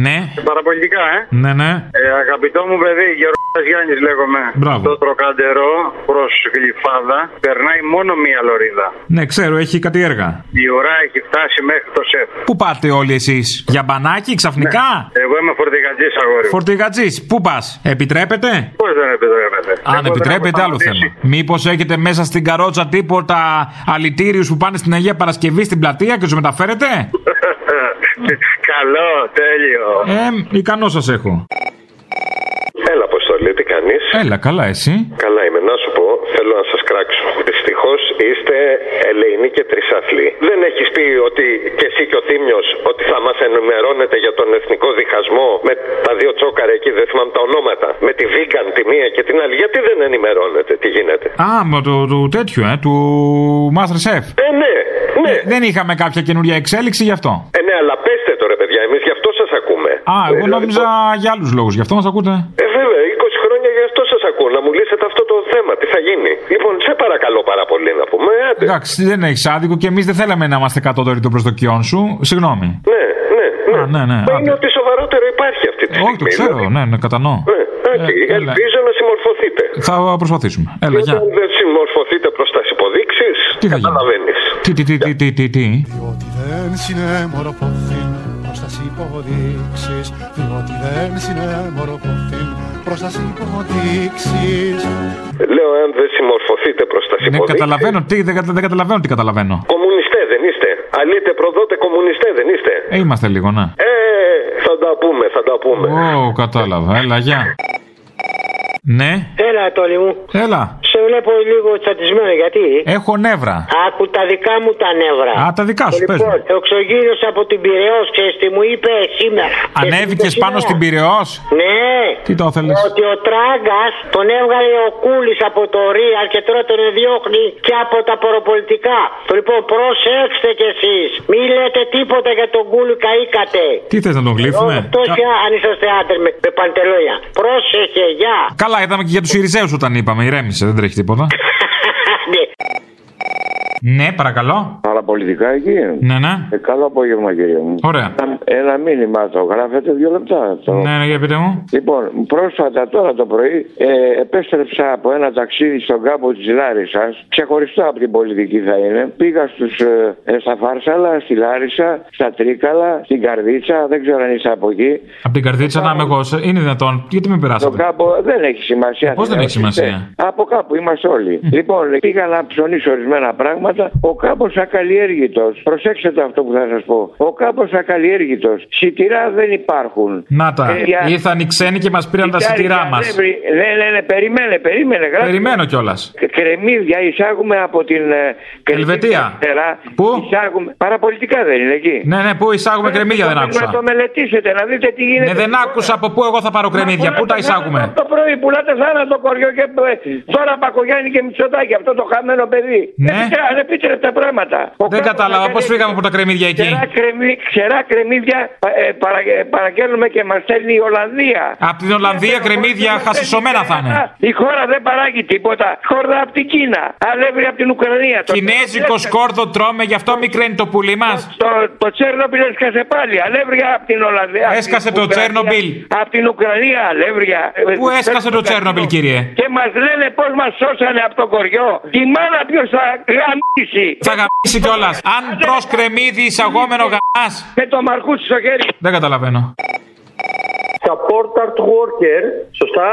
Speaker 3: Ναι,
Speaker 8: Παραπολιτικά, ε.
Speaker 3: ναι, ναι.
Speaker 8: ε. Αγαπητό μου παιδί, Γεωργό Γιάννης λέγομαι.
Speaker 3: Μπράβο.
Speaker 8: Το τροκαντερό προς γλυφάδα περνάει μόνο μία λωρίδα.
Speaker 3: Ναι, ξέρω, έχει κάτι έργα.
Speaker 8: Η ώρα έχει φτάσει μέχρι το σεφ. Ναι.
Speaker 3: Πού πάτε όλοι εσείς, για μπανάκι ξαφνικά.
Speaker 6: Ναι.
Speaker 8: Εγώ είμαι φορτηγατζής αγόρι. μου.
Speaker 3: Φορτηγατζής, πού πας, επιτρέπετε.
Speaker 8: Πώς δεν επιτρέπεται. Εγώ
Speaker 3: Αν
Speaker 8: δεν
Speaker 3: επιτρέπετε,
Speaker 8: έχω
Speaker 3: άλλο
Speaker 8: σταματήσει.
Speaker 3: θέμα. Μήπως έχετε μέσα στην καρότσα τίποτα αλητήριους που πάνε στην Αγία Παρασκευή στην πλατεία και τους μεταφέρετε.
Speaker 8: Καλό, τέλειο.
Speaker 3: Ε, ικανό σας έχω.
Speaker 6: Έλα, Αποστολή, τι κάνεις.
Speaker 3: Έλα, καλά εσύ.
Speaker 6: Καλά είμαι, να σου πω, θέλω να σας κράξω. Δυστυχώς είστε ελεηνοί και τρισαθλοί. Δεν έχεις πει ότι και εσύ και ο Θήμιος ότι θα μας ενημερώνετε για τον εθνικό διχασμό με τα δύο τσόκαρα εκεί, δεν θυμάμαι τα ονόματα. Με τη Βίγκαν τη μία και την άλλη. Γιατί δεν ενημερώνετε, τι γίνεται.
Speaker 3: Α, μα το, το τέτοιο, ε, του Masterchef.
Speaker 6: Ε, ναι, ναι.
Speaker 3: Δεν είχαμε κάποια καινούρια εξέλιξη γι' αυτό.
Speaker 6: Ε, ναι, αλλά πέστε το ρε παιδιά, εμεί γι' αυτό σα ακούμε.
Speaker 3: Α, εγώ
Speaker 6: Δηλαδή,
Speaker 3: νόμιζα για άλλους λόγους. Γι' αυτό μας ακούτε.
Speaker 6: Ε, βέβαια, 20 χρόνια γι' αυτό σας ακούω. Να μου λύσετε αυτό το θέμα, τι θα γίνει. Λοιπόν, σε παρακαλώ πάρα πολύ να πούμε. άντε.
Speaker 3: Εντάξει, δεν έχεις άδικο και εμείς δεν θέλαμε να είμαστε κατώτεροι των προσδοκιών σου. Συγγνώμη.
Speaker 6: Ναι, ναι, ναι.
Speaker 21: Ε,
Speaker 3: Α, ναι, ναι,
Speaker 6: Μα είναι
Speaker 3: άντε.
Speaker 6: ότι σοβαρότερο υπάρχει αυτή τη στιγμή.
Speaker 3: Όχι, το ξέρω,
Speaker 6: δηλαδή.
Speaker 3: ναι, ναι, κατανοώ.
Speaker 6: Ναι, άντε,
Speaker 3: Ε, έλα.
Speaker 6: ελπίζω να συμμορφωθείτε.
Speaker 3: Θα προσπαθήσουμε. Έλα,
Speaker 6: Και
Speaker 3: γεια.
Speaker 6: Όταν δεν συμμορφωθείτε προς τι υποδείξεις,
Speaker 3: Τι θα γίνει.
Speaker 6: καταλαβαίνεις.
Speaker 3: Τι, τι, τι, τι, τι, τι, τι.
Speaker 22: δεν συνεμορφωθεί προς τα υποδείξεις διότι δεν συνεμορφωθεί προς τα υποδείξεις
Speaker 6: Λέω, αν δεν συμμορφωθείτε προς τα
Speaker 3: Ναι,
Speaker 6: υποδείξεις.
Speaker 3: καταλαβαίνω τι, δεν, κατα- δεν καταλαβαίνω τι καταλαβαίνω.
Speaker 6: Κομμουνιστέ δεν είστε. Αλείτε προδότε κομμουνιστέ δεν είστε.
Speaker 3: Ε, είμαστε λίγο, ναι.
Speaker 6: Ε, θα τα πούμε, θα τα πούμε.
Speaker 3: Ω, κατάλαβα. Έλα, γεια. Ναι,
Speaker 23: Έλα, Τόλι μου.
Speaker 3: έλα.
Speaker 23: Σε βλέπω λίγο τσατισμένο, γιατί.
Speaker 3: Έχω νεύρα.
Speaker 23: Άκου τα δικά μου τα νεύρα.
Speaker 3: Α, τα δικά σου,
Speaker 23: λοιπόν,
Speaker 3: πες
Speaker 23: ο ξογύρος από την Πυραιός, ξέρεις τι μου είπε σήμερα.
Speaker 3: Ανέβηκε πάνω στην Πυραιός.
Speaker 23: Ναι.
Speaker 3: Τι το θέλεις.
Speaker 23: Ότι ο Τράγκας τον έβγαλε ο Κούλης από το Real και τώρα τον διώχνει και από τα προπολιτικά. Λοιπόν, προσέξτε κι εσείς. Μη λέτε τίποτα για τον Κούλη, καήκατε.
Speaker 3: Τι θες να τον γλύφουμε.
Speaker 23: Αυτό και αν είσαστε άντρες με, με παντελόνια. Πρόσεχε, γεια.
Speaker 3: Καλά, είδαμε και για τους Ιριζέους όταν είπαμε. Ηρέμησε, δεν τρέχει τίποτα.
Speaker 23: Ναι.
Speaker 3: Ναι, παρακαλώ.
Speaker 24: παραπολιτικά εκεί.
Speaker 3: Ναι, ναι.
Speaker 24: Ε, καλό απόγευμα, κύριε μου.
Speaker 3: Ωραία.
Speaker 24: Ένα, ένα μήνυμα το γράφετε, δύο λεπτά. Το...
Speaker 3: Ναι, ναι, για πείτε μου.
Speaker 24: Λοιπόν, πρόσφατα τώρα το πρωί ε, επέστρεψα από ένα ταξίδι στον κάμπο της Λάρισας. Ξεχωριστά από την πολιτική θα είναι. Πήγα στους, ε, ε, στα Φάρσαλα, στη Λάρισα, στα Τρίκαλα, στην Καρδίτσα. Δεν ξέρω αν είσαι από εκεί.
Speaker 3: Από την καρδίτσα να είμαι εγώ. Είναι δυνατόν. Γιατί με
Speaker 24: Το
Speaker 3: περάσατε.
Speaker 24: κάμπο δεν έχει σημασία.
Speaker 3: Πώς δεν έχει σημασία?
Speaker 24: Ε, από κάπου είμαστε όλοι. Λοιπόν, πήγα να ψωνίσω ορισμένα πράγματα. Ο κάμπος ακαλλιέργητος. Προσέξτε το αυτό που θα σας πω. Ο κάμπος ακαλλιέργητος. Σιτηρά δεν υπάρχουν.
Speaker 3: Να τα.
Speaker 24: Ε, για-
Speaker 3: Ήρθαν οι ξένοι και μας πήραν τα
Speaker 24: Κοιτάρια
Speaker 3: σιτηρά μα.
Speaker 24: δεν βρει- Ναι, ναι, ναι, περίμενε, περίμενε. Γράψτε.
Speaker 3: Περιμένω κιόλας.
Speaker 24: Κρεμμύδια εισάγουμε από την ε, Κρετή
Speaker 3: Ελβετία.
Speaker 24: αριστερά.
Speaker 3: Πού?
Speaker 24: Εισάγουμε... Παραπολιτικά δεν είναι εκεί.
Speaker 3: Ναι, ναι, πού εισάγουμε
Speaker 24: Πρέπει
Speaker 3: κρεμμύδια δεν
Speaker 24: να
Speaker 3: άκουσα.
Speaker 24: Ε, το μελετήσετε, να δείτε τι γίνεται.
Speaker 3: Ναι, δεν άκουσα από πού εγώ θα πάρω κρεμμύδια. Πού τα εισάγουμε.
Speaker 24: Το πρωί πουλάτε θάνατο κοριό και ε, τώρα Πακογιάννη και Μητσοτάκη, αυτό το χαμένο παιδί.
Speaker 3: Ναι.
Speaker 24: Επίτρε- Ανεπίτρεπτα πράγματα. Ο
Speaker 3: Δεν
Speaker 24: κόσμος
Speaker 3: κατάλαβα
Speaker 24: να
Speaker 3: πώ
Speaker 24: κάνει
Speaker 3: φύγαμε από τα κρεμμύδια εκεί.
Speaker 24: Ξερά, κρεμμύ, ξερά κρεμμύδια πα- ε, παρα, ε, παραγγέλνουμε και μας στέλνει η Ολλανδία.
Speaker 3: Από την Ολλανδία κρεμμύδια χασισωμένα θα είναι.
Speaker 24: Η χώρα δεν παράγει τίποτα. Χόρδα από την Κίνα. Αλεύρι από την Ουκρανία. Το-
Speaker 3: Κινέζικο σκόρδο τρώμε, γι' αυτό μικραίνει το πουλί μα.
Speaker 24: Το, το Τσέρνομπιλ έσκασε πάλι. Αλεύρια από την Ολλανδία.
Speaker 3: Έσκασε
Speaker 24: από την
Speaker 3: το
Speaker 24: Ουκρανία,
Speaker 3: Τσέρνομπιλ.
Speaker 24: Από την Ουκρανία, αλεύρια.
Speaker 3: Πού
Speaker 24: Ε,
Speaker 3: έσκασε το Τσέρνομπιλ, κύριε.
Speaker 24: Και μα λένε πώ μα σώσανε από το κοριό. Η μάνα ποιο θα γαμίσει.
Speaker 3: Θα γαμπήσει κιόλας. Αν τρώ κρεμμύδι εισαγόμενο γαμπά.
Speaker 24: Με το μαρκούτσι στο χέρι.
Speaker 3: Δεν καταλαβαίνω.
Speaker 25: Support Art Worker, σωστά.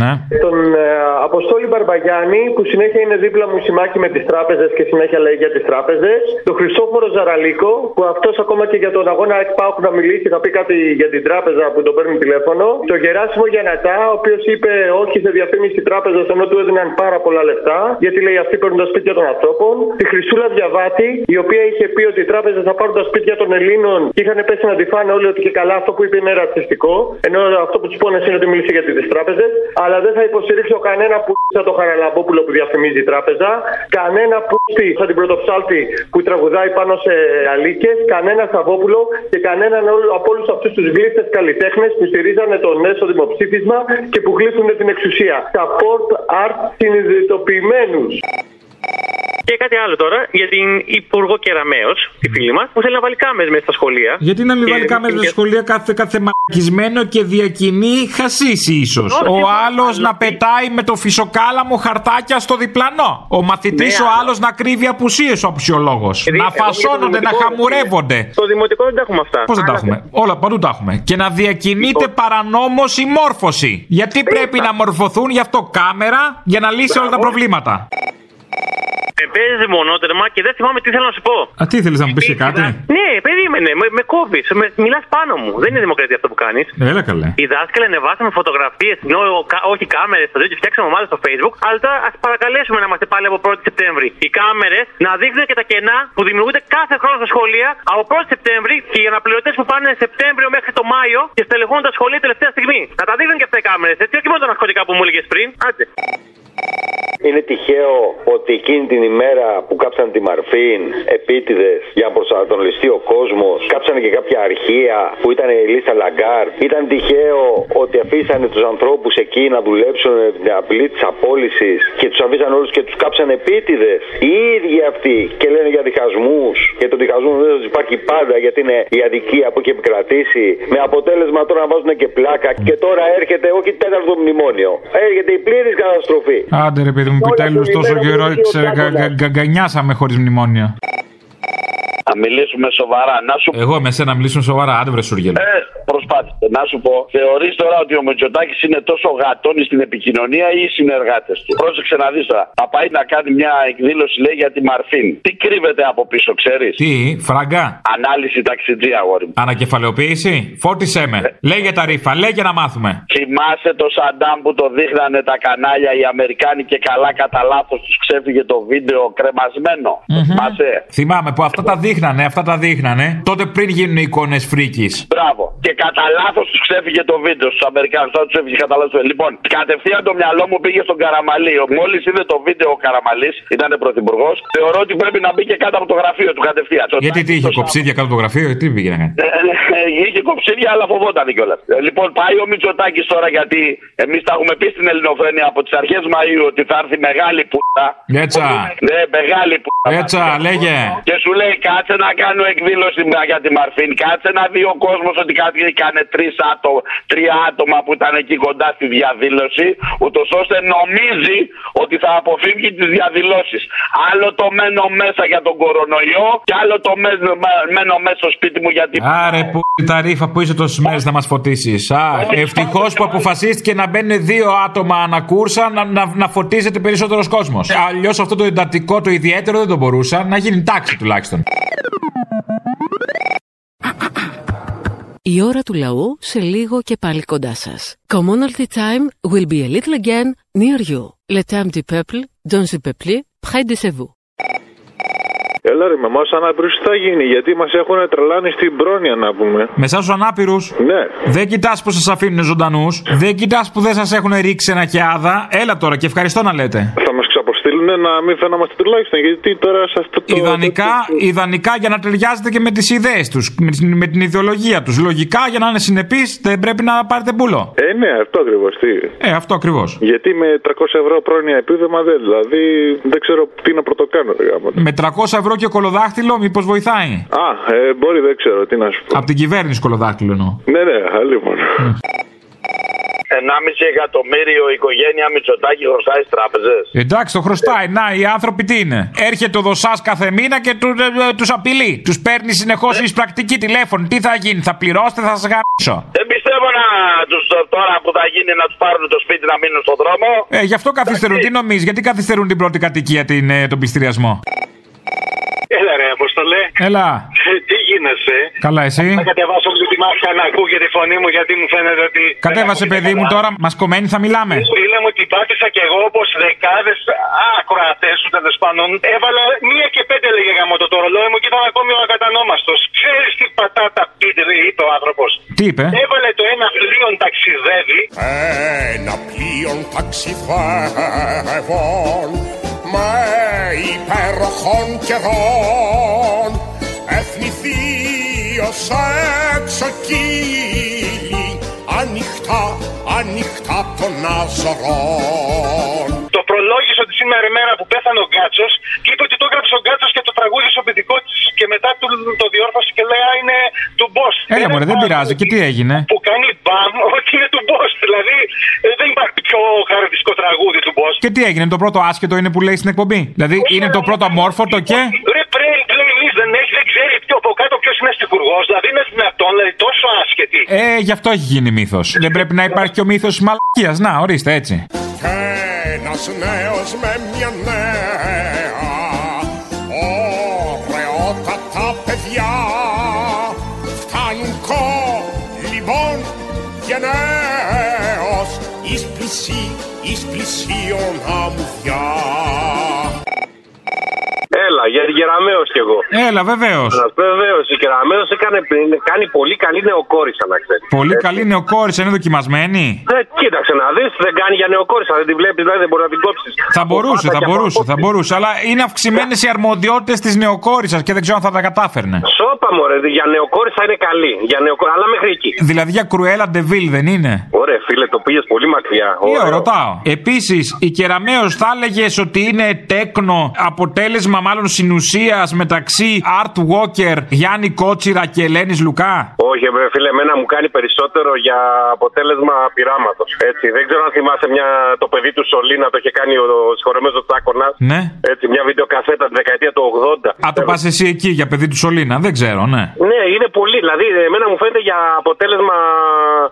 Speaker 3: Ναι.
Speaker 25: Τον ε, Αποστόλη Μπαρμπαγιάννη, που συνέχεια είναι δίπλα μου συμμάχη με τις τράπεζες και συνέχεια λέει για τις τράπεζες. Τον Χριστόφορο Ζαραλίκο, που αυτός ακόμα και για τον αγώνα ΑΕΚ ΠΑΟΚ να μιλήσει, θα πει κάτι για την τράπεζα που τον παίρνει τηλέφωνο. Τον Γεράσιμο Γιανατά, ο οποίος είπε όχι σε διαφήμιση τράπεζας, ενώ του έδιναν πάρα πολλά λεφτά, γιατί λέει αυτοί παίρνουν τα σπίτια των ανθρώπων. Τη Χρυσούλα Διαβάτη, η οποία είχε πει ότι οι τράπεζες θα πάρουν τα σπίτια των Ελλήνων και είχαν πέσει να τη φάνε όλοι ότι και καλά αυτό που είπε είναι ρατσιστικό. Ενώ αυτό που τους πόνε είναι ότι μίλησε για τις τράπεζες. Αλλά δεν θα υποστηρίξω κανένα που σαν το Χαραλαμπόπουλο που διαφημίζει η τράπεζα. Κανένα που σαν την πρωτοψάλτη που τραγουδάει πάνω σε αλήκες. Κανένα Σαββόπουλο και κανέναν όλο- από όλους αυτούς τους γλύφτε καλλιτέχνες που στηρίζανε το ναι στο δημοψήφισμα και που γλύφουν την εξουσία. Support art συνειδητοποιημένους.
Speaker 26: Και κάτι άλλο τώρα για την Υπουργό Κεραμέο, τη φίλη μας, που θέλει να βάλει κάμερες μέσα στα σχολεία.
Speaker 3: Γιατί να μην βάλει
Speaker 26: Και-
Speaker 3: κάμερε στα
Speaker 26: και-
Speaker 3: σχολεία κάθε, κάθε μαρκισμένο και διακινεί χασίσει ίσως.
Speaker 26: Όχι,
Speaker 3: Ο
Speaker 26: μα-
Speaker 3: άλλο να πετάει με το φυσοκάλαμο χαρτάκια στο διπλανό. Ο μαθητής
Speaker 26: Ναι,
Speaker 3: ο
Speaker 26: αλλά-
Speaker 3: άλλος να κρύβει απουσίες ο απουσιολόγος.
Speaker 26: Δηλαδή,
Speaker 3: Να
Speaker 26: εγώ για το
Speaker 3: φασώνονται, να
Speaker 26: δημοτικό,
Speaker 3: χαμουρεύονται.
Speaker 26: Το δημοτικό δεν τα έχουμε αυτά.
Speaker 3: Πώς
Speaker 26: Λοιπόν.
Speaker 3: δεν τα
Speaker 26: Αλλά
Speaker 3: έχουμε. Όλα παντού τα έχουμε. Και να διακινείται παρανόμως η μόρφωση. Γιατί πρέπει να μορφωθούν γι' αυτό κάμερα για να λύσει όλα τα προβλήματα.
Speaker 26: Με παίζει μονότερμα και δεν θυμάμαι τι θέλω να σου πω.
Speaker 3: Α, τι θέλει να μου πεις και κάτι.
Speaker 26: Ναι, περίμενε, με, με κόβεις. Μιλάς πάνω μου. Δεν είναι δημοκρατία αυτό που κάνεις.
Speaker 3: Έλα καλέ.
Speaker 26: Οι δάσκαλοι ανεβάσαμε φωτογραφίες, όχι κάμερες, το τέτοιο, φτιάξαμε ομάδα στο Facebook. Αλλά τώρα ας παρακαλέσουμε να είμαστε πάλι από 1η Σεπτέμβρη. Οι κάμερες να δείχνουν και τα κενά που δημιουργούνται κάθε χρόνο στα σχολεία από 1η Σεπτέμβρη και οι αναπληρωτές που πάνε Σεπτέμβριο μέχρι το Μάιο και στελεχώνουν τα σχολεία τελευταία στιγμή. Να τα δείχνουν και αυτά οι κάμερες, έτσι, όχι μόνο τα ναρκωτικά που μου έλεγες πριν. Άντε.
Speaker 27: Είναι τυχαίο ότι εκείνη την ημέρα που κάψαν τη μαρφήν επίτηδες για να προσανατολιστεί ο κόσμος, κάψανε και κάποια αρχεία που ήταν η λίστα Λαγκάρ. Ήταν τυχαίο ότι αφήσανε τους ανθρώπους εκεί να δουλέψουν την απειλή της απόλυσης και τους αφήσαν όλους και τους κάψαν επίτηδες. Οι ίδιοι αυτοί και λένε για διχασμούς. Και το διχασμός δεν υπάρχει πάντα γιατί είναι η αδικία που έχει επικρατήσει. Με αποτέλεσμα τώρα να βάζουν και πλάκα. Και τώρα έρχεται όχι τέταρτο μνημόνιο. Έρχεται η πλήρης καταστροφή.
Speaker 3: Άντε ρε παιδί μου, που τέλο τόσο καιρό ξε- γα- γα- γα- γκανιάσαμε χωρί μνημόνια.
Speaker 11: Να μιλήσουμε σοβαρά. Να σου
Speaker 3: Εγώ με σένα μιλήσουν σοβαρά, άντε βρε Σούργελο.
Speaker 11: Ε, προσπάθησε να σου πω, θεωρείς τώρα ότι ο Μετζοτάκη είναι τόσο γατόνι στην επικοινωνία ή οι συνεργάτες του. Πρόσεξε να δεις τώρα. Θα πάει να κάνει μια εκδήλωση, λέει, για τη Μαρφίν. Τι κρύβεται από πίσω, ξέρεις.
Speaker 3: Τι, φραγκά.
Speaker 11: Ανάλυση ταξιτζή, αγόρι μου.
Speaker 3: Ανακεφαλαιοποίηση, φώτισέ με. Λέγε τα ρήφα, λέγε να μάθουμε.
Speaker 11: Θυμάσαι το Σαντάμ που το δείχνανε τα κανάλια οι Αμερικάνοι και καλά κατά λάθος τους ξέφυγε το βίντεο κρεμασμένο.
Speaker 3: Μμμ.
Speaker 11: Θυμάσαι.
Speaker 3: Θυμάμαι που αυτά τα δείχνανε, αυτά τα δείχνανε τότε πριν γίνουν οι εικόνες φρίκης.
Speaker 11: Μπράβο. Και κατά λάθος τους ξέφυγε το βίντεο στους Αμερικάνους. Τώρα τους έφυγε κατά λάθο. Λοιπόν, κατευθείαν το μυαλό μου πήγε στον Καραμαλή. Μόλις είδε το βίντεο ο Καραμαλής, ήταν πρωθυπουργός. Θεωρώ ότι πρέπει να μπει και κάτω από το γραφείο του κατευθείαν.
Speaker 3: Γιατί τι είχε κοψίδια κάτω από το γραφείο, τι πήγε να κάνει.
Speaker 11: Ε, ε, Είχε κοψίδια, αλλά φοβόταν κιόλα. Λοιπόν, πάει ο Μητσοτάκης τώρα γιατί εμείς τα έχουμε πει στην Ελληνοφρένεια από τις αρχές Μαου ότι θα έρθει μεγάλη πουτα.
Speaker 3: Έτσα,
Speaker 11: Ναι, μεγάλη που.
Speaker 3: έτσα, λέγε.
Speaker 11: Και σου λέει, κάτσε να κάνω εκδήλωση για τη Μαρφίν. Κάτσε να δει ο κόσμος ότι κάτι έκανε τρεις άτομα, τρία άτομα που ήταν εκεί κοντά στη διαδήλωση. Ούτως ώστε νομίζει ότι θα αποφύγει τις διαδηλώσεις. Άλλο το μένω μέσα για τον κορονοϊό και άλλο το μένω, μένω μέσα στο σπίτι μου για την.
Speaker 3: Άρε που τα ρήφα που είσαι τόσες μέρες να μας φωτίσεις. Α, ευτυχώ που αποφασίστηκε να μπαίνουν δύο άτομα ανακούρσα να, να, να φωτίζεται περισσότερος κόσμος. Αλλιώς αυτό το εντατικό, το ιδιαίτερο δεν το μπορούσα να γίνει τάξη τουλάχιστον.
Speaker 1: Η ώρα του λαού σε λίγο και πάλι κοντά σας. Commonalty time will be a little again near you. Le temps du peuple, dans le peuple, près de chez vous.
Speaker 8: Έλα ρε με εμάς ανάπηρους τι θα γίνει, γιατί μας έχουν τρελάνει στην πρόνοια να πούμε.
Speaker 3: Με εσάς τους ανάπηρους.
Speaker 8: Ναι.
Speaker 3: Δεν κοιτάς που σας αφήνουν ζωντανούς. Δεν κοιτάς που δεν σας έχουν ρίξει ένα κιάδα. Έλα τώρα και ευχαριστώ να λέτε.
Speaker 8: Θα μας ξαποστείλουν να μην φαινόμαστε τουλάχιστον, γιατί τώρα σας το... το-
Speaker 3: Ιδανικά, ιδανικά για να ταιριάζετε και με τις ιδέες τους, με, την- με την ιδεολογία τους. Λογικά για να είναι συνεπείς, δεν πρέπει να πάρετε μπούλο.
Speaker 8: Ε, ναι, αυτό ακριβώς, τι.
Speaker 3: Ε, αυτό ακριβώς.
Speaker 8: Γιατί με 300 ευρώ πρόνοια επίδομα δεν, δηλαδή δεν ξέρω τι να πρωτοκάνω. ρε γάμο.
Speaker 3: Με 300 ευρώ και κολοδάχτυλο, μήπως βοηθάει.
Speaker 8: Α, ε, μπορεί, δεν ξέρω τι να σου πω.
Speaker 3: Από την κυβέρνηση κολοδάχτυλο εννοώ.
Speaker 8: Ναι, ναι, α, λοιπόν.
Speaker 11: 1,5 εκατομμύριο η οικογένεια Μητσοτάκη χρωστάει στις τράπεζες.
Speaker 3: Ε, Εντάξει, το χρωστάει. Να, οι άνθρωποι τι είναι. Έρχεται ο δοσάς κάθε μήνα και του ε, ε, τους απειλεί. Τους παίρνει συνεχώς η πρακτική τηλέφωνο. Τι θα γίνει, θα πληρώσετε, θα σας γαμίσω.
Speaker 11: Δεν πιστεύω να τους, τώρα που θα γίνει να τους πάρουν το σπίτι να μείνουν στον δρόμο.
Speaker 3: Ε, γι' αυτό καθυστερούν. Τι νομίζεις, γιατί καθυστερούν την πρώτη κατοικία την, ε, τον πληστηριασμό.
Speaker 28: Έλα ρε, Αποστολέ.
Speaker 3: Έλα.
Speaker 28: Τι γίνεσαι.
Speaker 3: Καλά, εσύ.
Speaker 28: Θα κατεβάσω όλη τη μάσκα να ακούγεται η φωνή μου γιατί μου φαίνεται ότι.
Speaker 3: Κατέβασε, παιδί μου, τώρα μας κομμένοι θα μιλάμε.
Speaker 28: Φίλε μου, την πάτησα κι εγώ όπως δεκάδες ακροατέ του τέλος πάντων. Έβαλα μία και πέντε λέγε γάμο το, το ρολόι μου και ήταν ακόμη ο ακατανόμαστος. Ξέρεις τι πατάτα πίτρι το άνθρωπος.
Speaker 3: Τι είπε?
Speaker 28: Έβαλε το ένα πλοίον ταξιδεύει.
Speaker 29: Ένα πλοίον ταξιδεύων με υπέροχων καιρών εθνηθεί ως εξοκύλι ανοιχτά, ανοιχτά των αζωρών.
Speaker 28: Το προλόγησε ότι σήμερα η μέρα που πέθανε ο Γκάτσος και είπε ότι το έγραψε ο Γκάτσος και το τραγούδι στο παιδικό τη. Και μετά του, το διόρθωσε και λέει Α, είναι του Boss.
Speaker 3: Έλα, μωρέ, δεν πειράζει. Και τι έγινε.
Speaker 28: Που κάνει μπαμ ότι είναι του Boss. Δηλαδή ε, δεν υπάρχει πιο χαρακτηριστικό τραγούδι του Boss.
Speaker 3: Και τι έγινε, το πρώτο άσχετο είναι που λέει στην εκπομπή. Δηλαδή είναι το πρώτο αμόρφωτο και.
Speaker 28: Ρε πρέν, εμεί δεν έχει, δεν ξέρει πιο από κάτω ποιο είναι στιγουργό. Δηλαδή είναι δυνατόν, δηλαδή τόσο άσχετη.
Speaker 3: Ε, γι' αυτό έχει γίνει μύθος. Δεν πρέπει να υπάρχει και ο μύθος τη μαλακίας. Να, ορίστε έτσι.
Speaker 29: Ένας νέος με μια νέα Ωραιότατα παιδιά Φτάνουν κόλλημπον γενναίος Εις πλησί, εις πλησίον αμμουδιά
Speaker 6: Έλα, γιατί γεραμαίος κι εγώ.
Speaker 3: Έλα, βεβαίως.
Speaker 6: Βεβαίως, η γεραμαίος έκανε πριν- κάνει πολύ καλή νεοκόρισα, να ξέρεις.
Speaker 3: Πολύ καλή νεοκόρισα, είναι δοκιμασμένη.
Speaker 6: Ναι, κοίταξε να δεις, δεν κάνει για νεοκόρισα, δεν την βλέπεις, δηλαδή δεν μπορεί να την κόψεις.
Speaker 3: Θα μπορούσε, θα μπορούσε, θα μπορούσε. Αλλά είναι αυξημένες οι αρμοδιότητες της νεοκόρισα και δεν ξέρω αν θα τα κατάφερνε.
Speaker 6: Σώπα μου, ρε, για νεοκόρισα είναι καλή. Για νεοκο- Αλλά μέχρι εκεί.
Speaker 3: Δηλαδή για κρουέλα ντεβίλ δεν είναι.
Speaker 6: Ωραία, φίλε, το πήγες πολύ μακριά.
Speaker 3: Ωραίο,
Speaker 6: Ωραίο.
Speaker 3: ρωτάω. Επίσης, η Κεραμαίο θα έλεγε ότι είναι τέκνο, αποτέλεσμα μάλλον συνουσίας μεταξύ Art Walker, Γιάννη Κότσιρα και Ελένης Λουκά.
Speaker 6: Όχι, βρε, φίλε, εμένα μου κάνει περισσότερο για αποτέλεσμα πειράματος. Έτσι, δεν ξέρω αν θυμάσαι μια, το παιδί του Σολίνα, το είχε κάνει ο, ο συγχωρεμένο Τσάκονα.
Speaker 3: Ναι.
Speaker 6: Έτσι, μια βιντεοκασέτα τη δεκαετία του 80.
Speaker 3: Α, το πας εσύ εκεί για παιδί του Σολίνα. Δεν ξέρω, ναι.
Speaker 6: Ναι, είναι πολύ. Δηλαδή, εμένα μου φαίνεται για αποτέλεσμα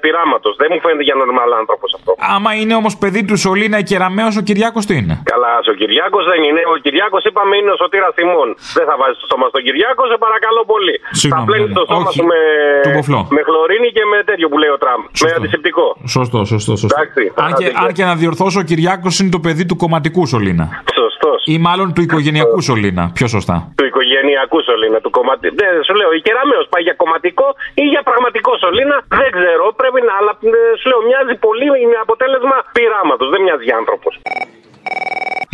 Speaker 6: πειράματο. Δεν μου φαίνεται για normal άνθρωπο αυτό.
Speaker 3: Άμα είναι όμως παιδί του Σολίνα η Κεραμαίο, ο Κυριάκος τι είναι.
Speaker 6: Καλά, ο Κυριάκος δεν είναι. Ο Κυριάκος είπαμε είναι ο Σωτήρας Τιμών. Δεν θα βάζει το στόμα στον Κυριάκο, σε παρακαλώ πολύ.
Speaker 3: Συγγνώμη,
Speaker 6: θα πλένει
Speaker 3: ναι,
Speaker 6: το στόμα
Speaker 3: όχι.
Speaker 6: σου με...
Speaker 3: Του μοφλό.
Speaker 6: με χλωρίνη και με τέτοιο που λέει ο Τραμπ. Με αντισηπτικό.
Speaker 3: Σωστό, σωστό, σωστό.
Speaker 6: Εντάξει.
Speaker 3: Αν και, αν και να διορθώσω, ο Κυριάκος είναι το παιδί του κομματικού Σολίνα.
Speaker 6: Σωστό,
Speaker 3: Ή μάλλον του οικογενειακού Σολίνα, πιο σωστά.
Speaker 6: Του οικογενειακού σωλήνα, του κομματι... Δεν σου λέω, η κεραμαίο πάει για κομματικό ή για πραγματικό σωλήνα. Δεν ξέρω, πρέπει να. Αλλά ε, σου λέω, μοιάζει πολύ, είναι αποτέλεσμα πειράματος. Δεν μοιάζει άνθρωπο.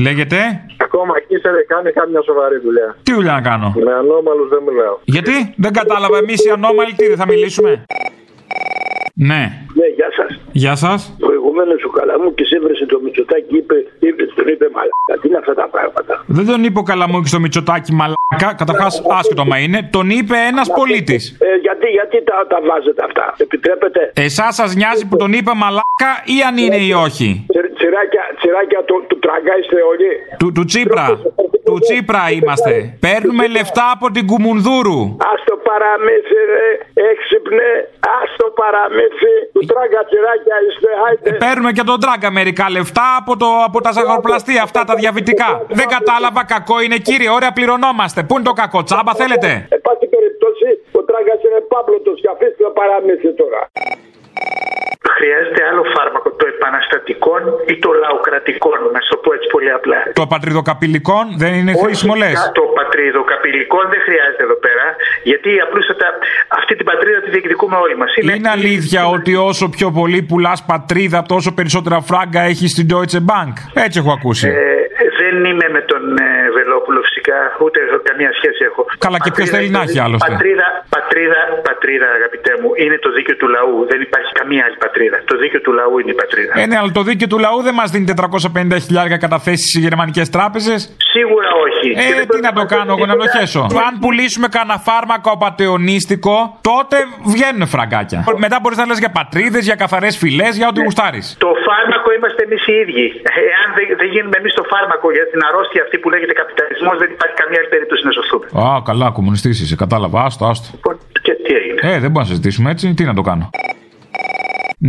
Speaker 3: Λέγεται.
Speaker 8: Ακόμα εκεί σε κάνει καμιά σοβαρή δουλειά.
Speaker 3: Τι δουλειά να κάνω.
Speaker 8: Με ανώμαλους δεν μιλάω.
Speaker 3: Γιατί δεν κατάλαβα εμείς
Speaker 6: Ε,
Speaker 3: οι ανώμαλοι τι δεν θα μιλήσουμε. Ναι.
Speaker 11: Ναι, γεια σας.
Speaker 3: Γεια σας.
Speaker 11: Προηγουμένω ο Καλαμούκη έβρεσε το Μητσοτάκι, είπε, είπε, τον είπε μαλάκα. Τι είναι αυτά τα πράγματα.
Speaker 3: Δεν τον είπε ο Καλαμούκης στο Μητσοτάκι μαλάκα. Καταρχάς, άσχετο μα είναι. Τον είπε ένας πολίτης.
Speaker 11: Ε, γιατί, γιατί τα, τα βάζετε αυτά, επιτρέπετε.
Speaker 3: Εσάς σας νοιάζει που τον είπε μαλάκα ή αν είναι ή όχι.
Speaker 11: Τσι- Τσιράκια, τσιράκια του, του τραγκάιστε όλοι.
Speaker 3: Του, του Τσίπρα. Του Τσίπρα είμαστε. Παίρνουμε λεφτά από την Κουμουνδούρου.
Speaker 11: Ας το παραμύθι ρε, έξυπνε, ας το παραμύθι, του τράγκα τσιράκια είστε, άιντε.
Speaker 3: Παίρνουμε και τον τράγκα μερικά λεφτά από, το, από τα ζαχαροπλαστεία αυτά τα διαβητικά. Δεν κατάλαβα, κακό είναι κύριε, ωραία πληρωνόμαστε. Πού είναι το κακό, τσάμπα θέλετε.
Speaker 11: Εν πάση περιπτώσει, ο τράγκα είναι πάπλωτος και αφήστε το παραμύθι τώρα.
Speaker 21: Χρειάζεται άλλο φάρμακο των επαναστατικών ή των λαοκρατικών, να σου το πω έτσι πολύ απλά.
Speaker 3: Το πατριδοκαπηλικόν δεν είναι χρήσιμο λες.
Speaker 21: Το πατριδοκαπηλικό δεν χρειάζεται εδώ πέρα, γιατί απλούστατα αυτή την πατρίδα τη διεκδικούμε όλοι μας.
Speaker 3: Είναι αλήθεια ότι όσο πιο πολύ πουλάς πατρίδα, τόσο περισσότερα φράγκα έχεις στην Deutsche Bank. Έτσι έχω ακούσει.
Speaker 21: Ε, δεν είμαι με τον ε, Βελόπουλο φυσικά, ούτε έχω καμία σχέση έχω.
Speaker 3: Καλά, και ποιος
Speaker 21: Πατρίδα
Speaker 3: θέλει να
Speaker 21: είναι-
Speaker 3: έχει άλλωστε.
Speaker 21: Πατρίδα, πατρίδα, πατρίδα, αγαπητέ μου, είναι το δίκαιο του λαού. Δεν υπάρχει καμία άλλη πατρίδα. Το δίκαιο του λαού είναι η πατρίδα.
Speaker 3: Ε, ναι, αλλά το δίκαιο του λαού δεν μας δίνει 450.000 καταθέσεις στις γερμανικές τράπεζες.
Speaker 21: Σίγουρα όχι. Και
Speaker 3: Ε,
Speaker 21: δεν
Speaker 3: τι να το κάνω, εγώ να ενοχέσω.
Speaker 21: τίποτα.
Speaker 3: Αν πουλήσουμε κανένα φάρμακο απαταιωνίστικο, τότε βγαίνουν φραγκάκια. Μετά μπορείς να λες για πατρίδες, για καθαρές φυλές, για
Speaker 21: Ναι.
Speaker 3: ό,τι γουστάρεις.
Speaker 21: Το φάρμακο είμαστε εμείς οι ίδιοι. Εάν δεν, δεν γίνουμε εμείς το φάρμακο για την αρρώστια αυτή που λέγεται καπιταλισμός, δεν υπάρχει καμία άλλη περίπτωση να σωθούμε.
Speaker 3: Α, καλά, κομμουνιστής είσαι. Κατάλαβα. Άστο, άστο.
Speaker 21: Λοιπόν, Και τι έγινε.
Speaker 3: Ε, δεν μπορούμε να συζητήσουμε έτσι. Τι να το κάνω.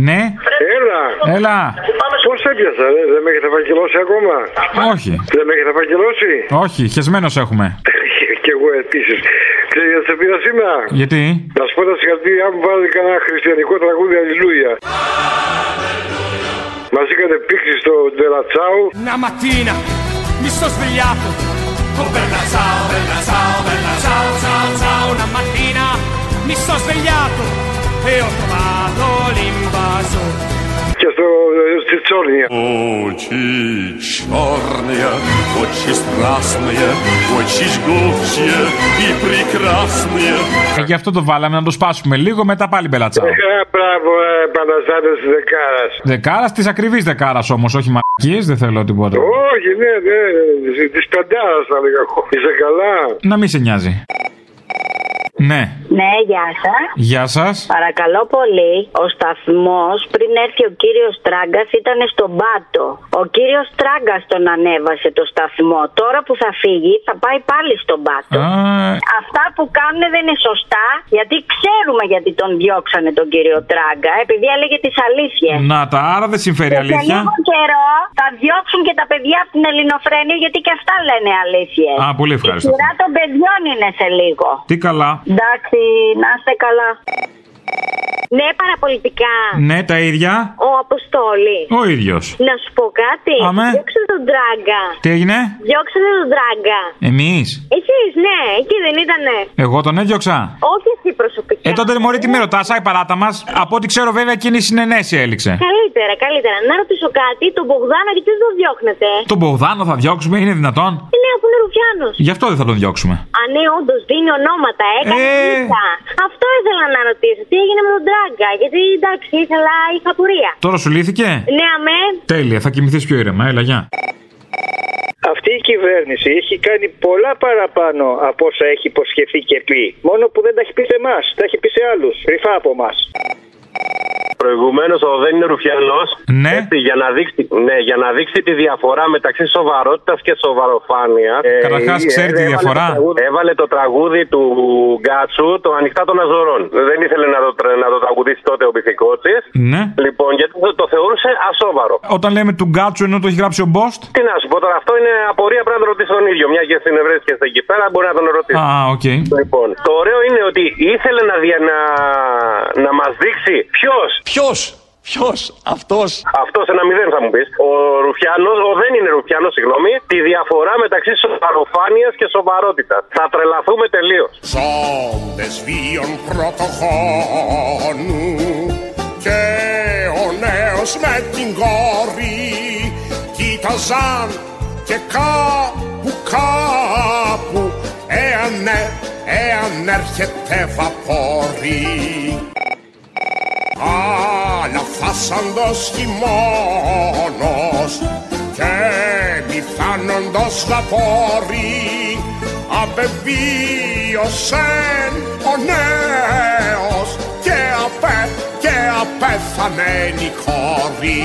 Speaker 3: Ναι,
Speaker 8: Έλα.
Speaker 3: έλα.
Speaker 8: Πώ έπιασα, ρε, δεν με έχετε φαγγελώσει ακόμα.
Speaker 3: Όχι.
Speaker 8: Δεν με έχετε φαγγελώσει.
Speaker 3: Όχι, χεσμένο έχουμε.
Speaker 8: Κι εγώ επίση. Ξέρετε, γιατί σε πήρα σήμερα.
Speaker 3: Γιατί.
Speaker 8: Να σου πω τα συγχαρητήριά μου, βάλετε κανένα χριστιανικό τραγούδι, Αλληλούια. Μα είχατε πήξει στο Ντερατσάου.
Speaker 7: Una mattina mi sono svegliato. Oh bella ciao, bella ciao, bella ciao, ciao, ciao. Una mattina mi sono svegliato e ho trovato l'invasore.
Speaker 8: Και στο Τσιτσόρνια.
Speaker 7: Очи черные, очи страстные, очи жгучие и прекрасные.
Speaker 3: Ε, γι' αυτό το βάλαμε να το σπάσουμε λίγο, μετά πάλι μπελατσάω.
Speaker 8: Ε, Μπράβο, ε, Παναζάτε τη Δεκάρα.
Speaker 3: Δεκάρα τη ακριβή δεκάρα όμω, όχι μαλακίε, δεν θέλω τίποτα.
Speaker 8: Όχι, ναι, ναι, τη πεντάρα θα λέγα εγώ. Είσαι καλά.
Speaker 3: Να μην σε νοιάζει. Ναι,
Speaker 21: Ναι, γεια σας.
Speaker 3: γεια σας.
Speaker 21: Παρακαλώ πολύ, ο σταθμός πριν έρθει ο κύριος Τράγκας ήταν στον πάτο. Ο κύριος Τράγκας τον ανέβασε το σταθμό. Τώρα που θα φύγει θα πάει πάλι στον πάτο. Αυτά που κάνουν δεν είναι σωστά, γιατί ξέρουμε γιατί τον διώξανε τον κύριο Τράγκα, επειδή έλεγε τις αλήθειες.
Speaker 3: Να τα, άρα δεν συμφέρει
Speaker 21: Σε
Speaker 3: αλήθεια.
Speaker 21: λίγο καιρό θα διώξουν και τα παιδιά από την Ελληνοφρένεια γιατί και αυτά λένε αλήθειες.
Speaker 3: Α, πολύ
Speaker 21: Η
Speaker 3: ευχαριστώ.
Speaker 21: σειρά των παιδιών είναι σε λίγο.
Speaker 3: Τι καλά.
Speaker 21: Εντάξει, να είστε καλά. Ναι, παραπολιτικά.
Speaker 3: Ναι, τα ίδια.
Speaker 21: Ο Αποστόλη.
Speaker 3: Ο ίδιος.
Speaker 21: Να σου πω κάτι.
Speaker 3: Αμέ.
Speaker 21: Διώξε τον τράγκα.
Speaker 3: Τι έγινε,
Speaker 21: Διώξε τον τράγκα.
Speaker 3: εμείς.
Speaker 21: Εσείς, ναι, εκεί δεν ήτανε.
Speaker 3: Εγώ τον έδιωξα.
Speaker 21: Όχι εσύ προσωπικά.
Speaker 3: Ε, τότε μωρή τι με ρωτάς, η παράτα μας. Από ό,τι ξέρω, βέβαια, εκείνη η συνενέση έληξε.
Speaker 21: Καλύτερα, καλύτερα. Να ρωτήσω κάτι, τον Μπογδάνο γιατί δεν τον διώχνετε.
Speaker 3: Τον Μπογδάνο θα διώξουμε, είναι δυνατόν.
Speaker 21: Είναι από Ρουφιάνος.
Speaker 3: Γι' αυτό δεν θα τον διώξουμε.
Speaker 21: Α, ναι, όντως δίνει ονόματα, έκανε
Speaker 3: Ε.
Speaker 21: λίστα. Αυτό ήθελα να ρωτήσω. Τι έγινε με τον Τράγκα, γιατί εντάξει, ήθελα, είχα απορία.
Speaker 3: Τώρα σου λύθηκε.
Speaker 21: Ναι, αμέ.
Speaker 3: Τέλεια, θα κοιμηθείς πιο ήρεμα, έλα γεια.
Speaker 30: Αυτή η κυβέρνηση έχει κάνει πολλά παραπάνω από όσα έχει υποσχεθεί και πει. Μόνο που δεν τα έχει πει σε εμάς, τα έχει πει σε άλλους. Κρυφά από εμά.
Speaker 6: Προηγουμένως ο Δεν είναι Ρουφιανός.
Speaker 3: Ναι.
Speaker 6: για, να δείξει, ναι, για να δείξει τη διαφορά μεταξύ σοβαρότητας και σοβαροφάνειας. ε,
Speaker 3: Καταρχάς,
Speaker 6: ε,
Speaker 3: ξέρει τη
Speaker 6: έβαλε
Speaker 3: διαφορά.
Speaker 6: το τραγούδι- Έβαλε το τραγούδι του Γκάτσου, το Ανοιχτά των Αζωρών. Δεν ήθελε να το, τρα- να το τραγουδίσει τότε ο πυθικότης.
Speaker 3: Ναι.
Speaker 6: Λοιπόν, γιατί το, το θεωρούσε ασόβαρο.
Speaker 3: Όταν λέμε του γκάτσου ενώ το έχει γράψει ο Μπόστ.
Speaker 6: Τι να σου πω τώρα, αυτό είναι απορία πρέπει να το ρωτήσει τον ίδιο. Μια και συνευρέθηκε εκεί πέρα, μπορεί να τον
Speaker 23: Ε.
Speaker 6: ρωτήσει.
Speaker 3: Α, οκ.
Speaker 6: Λοιπόν, το ωραίο είναι ότι ήθελε να, δια, να, να μας δείξει ποιος. Ποιος.
Speaker 14: Ποιος, αυτός.
Speaker 10: Αυτός ένα μηδέν θα μου πεις. Ο Ρουφιάνος, ο δεν είναι Ρουφιάνος, συγγνώμη, τη διαφορά μεταξύ σοβαροφάνειας και σοβαρότητας. Θα τρελαθούμε τελείως.
Speaker 29: Ζώντες βίων πρωτοχώνου και ο νέος με την κόρη κοίταζαν και κάπου κάπου εάν, ε- εάν έρχεται βαπόρι αλλά φάσαντος χειμώνος και μη φάνοντος βαπόρι απεβίωσεν ο νέος και, απέ, και απέθανεν η κόρη.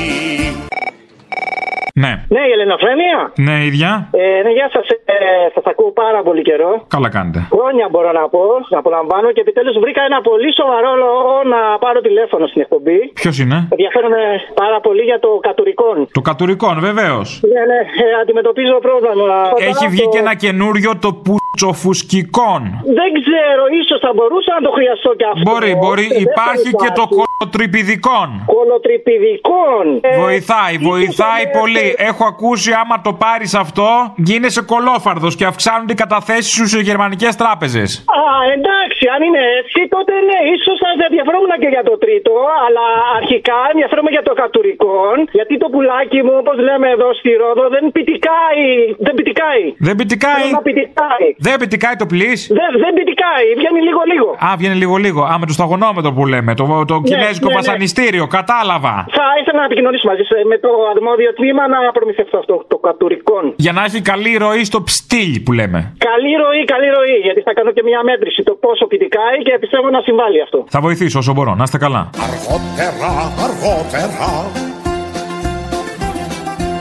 Speaker 3: Ναι.
Speaker 23: Ναι, η Ελληνοφρένεια.
Speaker 3: Ναι, ίδια.
Speaker 23: Ε, ναι, γεια σας. Ε, σας ακούω πάρα πολύ καιρό.
Speaker 3: Καλά κάνετε.
Speaker 23: Χρόνια μπορώ να πω, να απολαμβάνω και επιτέλους βρήκα ένα πολύ σοβαρό λόγο να πάρω τηλέφωνο στην εκπομπή.
Speaker 3: Ποιος είναι?
Speaker 23: Ενδιαφέρομαι πάρα πολύ για το κατουρικόν.
Speaker 3: Το κατουρικόν, βεβαίως.
Speaker 23: Ναι, ναι, ε, αντιμετωπίζω πρόβλημα.
Speaker 3: Έχει
Speaker 23: Όταν
Speaker 3: βγει
Speaker 23: αυτό-
Speaker 3: και ένα καινούριο το πουτσοφουσκικόν.
Speaker 23: Δεν ξέρω, ίσως θα μπορούσα να το χρειαστώ κι αυτό.
Speaker 3: Μπορεί, μπορεί.
Speaker 23: Ε, δεν
Speaker 3: Υπάρχει και το
Speaker 23: υπάρχει.
Speaker 3: κολοτριπηδικόν.
Speaker 23: Κολοτριπηδικών. Ε,
Speaker 3: Βοηθάει,
Speaker 23: ίσως,
Speaker 3: βοηθάει
Speaker 23: ε,
Speaker 3: πολύ. Έχω ακούσει άμα το πάρεις αυτό, γίνεσαι κολόφαρδος και αυξάνονται οι καταθέσεις σου σε γερμανικές τράπεζες.
Speaker 23: Α, εντάξει, αν είναι έτσι, τότε ναι, ίσως θα ενδιαφερόμουν και για το τρίτο, αλλά αρχικά ενδιαφέρομαι για το κατουρικόν, γιατί το πουλάκι μου, όπως λέμε εδώ στη Ρόδο, δεν πητικάει. Δεν πητικάει.
Speaker 3: Δεν πητικάει.
Speaker 23: Θέλω να πητικάει.
Speaker 3: Δεν πητικάει το πλή.
Speaker 23: Δεν, δεν πητικάει, βγαίνει λίγο-λίγο.
Speaker 3: Α, βγαίνει λίγο-λίγο. Α, με το σταγονόμετρο που λέμε. Το, το κινέζικο
Speaker 23: ναι, ναι.
Speaker 3: βασανιστήριο, κατάλαβα.
Speaker 23: Θα ήθελα να επικοινωνήσω μαζί σας, ε, με το αρμόδιο τμήμα να προμηθευτώ αυτό το κατουρικόν.
Speaker 3: Για να έχει καλή ροή στο ψτίλ που λέμε.
Speaker 23: Καλή ροή, καλή ροή, γιατί θα κάνω και μια μέτρηση το πόσο πητικάει και πιστεύω να συμβάλλει αυτό.
Speaker 3: Θα βοηθήσω όσο μπορώ. Να είστε καλά.
Speaker 29: αργότερα, αργότερα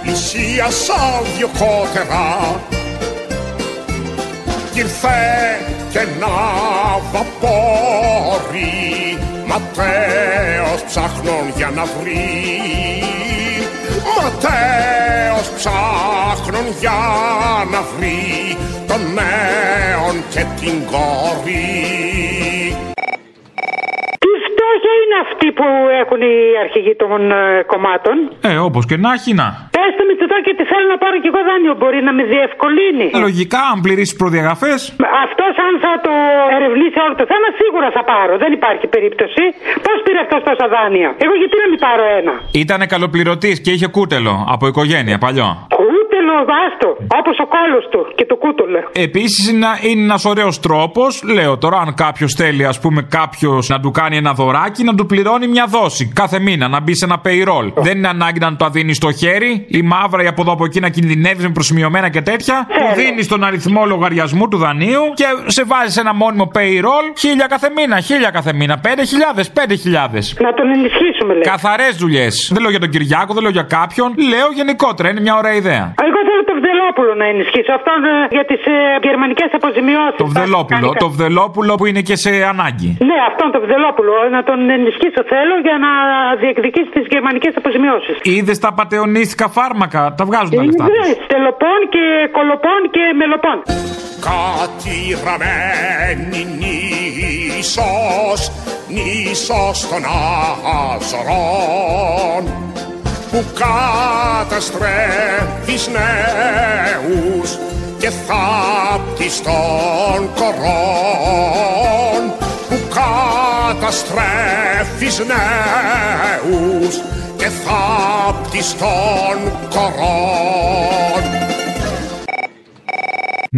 Speaker 29: πλησίασα δυο κότερα κι ήρθε και ένα βαπόρι ματέως ψάχνων για να βρει ματέως ψάχνων για να βρει τον νέον και την κόρη
Speaker 31: Τι φτώχεια είναι αυτή που έχουν οι αρχηγοί των ε, κομμάτων.
Speaker 3: Ε, όπως και να έχει να.
Speaker 31: Πες το Μητσοτάκη ότι θέλω να πάρω κι εγώ δάνειο. Μπορεί να με διευκολύνει.
Speaker 3: Λογικά, αν πληρήσει προδιαγραφέ.
Speaker 31: Αυτός, αν θα το ερευνήσει όλο το θέμα, σίγουρα θα πάρω. Δεν υπάρχει περίπτωση. Πώς πήρε αυτός τόσα δάνεια. Εγώ γιατί να μην πάρω ένα.
Speaker 3: Ήτανε καλοπληρωτής και είχε κούτελο από οικογένεια παλιό.
Speaker 31: Κούτελο, βάστο. Όπως ο κόλος του και το κούτελο.
Speaker 3: Επίσης είναι ένα ωραίος τρόπος, λέω τώρα, αν κάποιος θέλει, ας πούμε, κάποιος να του κάνει ένα δωράκι, να του πληρώνει μια δόση κάθε μήνα, να μπει σε ένα payroll.
Speaker 31: Ε.
Speaker 3: Δεν είναι ανάγκη να του τα δίνει στο χέρι, η μαύρα ή από εδώ από εκεί να κινδυνεύεις με προσημειωμένα και τέτοια. Του δίνεις τον αριθμό λογαριασμού του δανείου και σε βάζεις σε ένα μόνιμο payroll χίλια κάθε μήνα, χίλια κάθε μήνα, πέντε χιλιάδες, πέντε χιλιάδες.
Speaker 31: Να τον ενισχύσουμε, λέει.
Speaker 3: Καθαρές δουλειές. Δεν λέω για τον Κυριάκο, δεν λέω για κάποιον. Λέω γενικότερα, είναι μια ωραία ιδέα.
Speaker 31: Εγώ θέλω το Βδελόπουλο να ενισχύσω. Αυτόν ε, για τις ε, γερμανικές αποζημιώσεις.
Speaker 3: Το Βδελόπουλο, το Βδελόπουλο που είναι και σε ανάγκη.
Speaker 31: Ναι, αυτόν τον Βδελόπουλο. Να τον ενισχύσω θέλω για να διεκδικήσει τις γερμανικές αποζημιώσεις.
Speaker 3: Είδες τα πατεωνίστικα φάρμακα, τα βγάζουν τα
Speaker 17: Ε,
Speaker 3: λεφτά.
Speaker 31: Ιδέε τελοπών και κολοπών και μελοπών.
Speaker 29: κατηραμένη νήσος, νήσος των αζωρών που καταστρέφεις νέους και θάπτεις των κορών που καταστρέφεις νέους και θάπτεις των κορών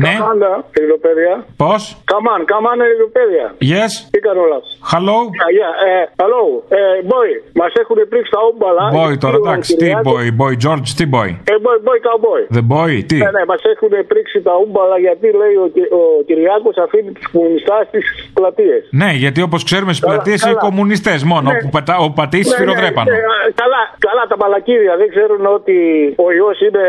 Speaker 3: Ναι.
Speaker 17: Καμάντα, ελληνοπαίδεια.
Speaker 3: Πώς?
Speaker 17: Καμάν, καμάν, ελληνοπαίδεια.
Speaker 3: Yes.
Speaker 17: Τι καρόλα.
Speaker 3: Hello.
Speaker 17: Yeah, yeah, ε, hello. Ε, boy, μας έχουν πρίξει τα όμπαλα.
Speaker 3: Boy τώρα,
Speaker 17: Ο
Speaker 3: εντάξει. Τι
Speaker 17: Κυριάκος-
Speaker 3: boy, boy, George, τι boy.
Speaker 17: Ε, boy, boy, cowboy.
Speaker 3: The boy, τι.
Speaker 17: Ναι, ναι, μας έχουν πρίξει τα ούμπαλα γιατί λέει ο, Κυ- ο Κυριάκος αφήνει τους κομμουνιστάς στις πλατείες.
Speaker 3: Ναι, γιατί όπως ξέρουμε στις
Speaker 17: Καλά,
Speaker 3: πλατείες οι
Speaker 17: καλά.
Speaker 3: κομμουνιστές μόνο.
Speaker 17: Ναι.
Speaker 3: Όπου πατά, όπου πατήσει,
Speaker 17: Ναι, ναι,
Speaker 3: σφυροδρέπανο.
Speaker 17: ναι, ε, καλά, καλά τα μαλακίδια. Δεν ξέρουν ότι ο ιός είναι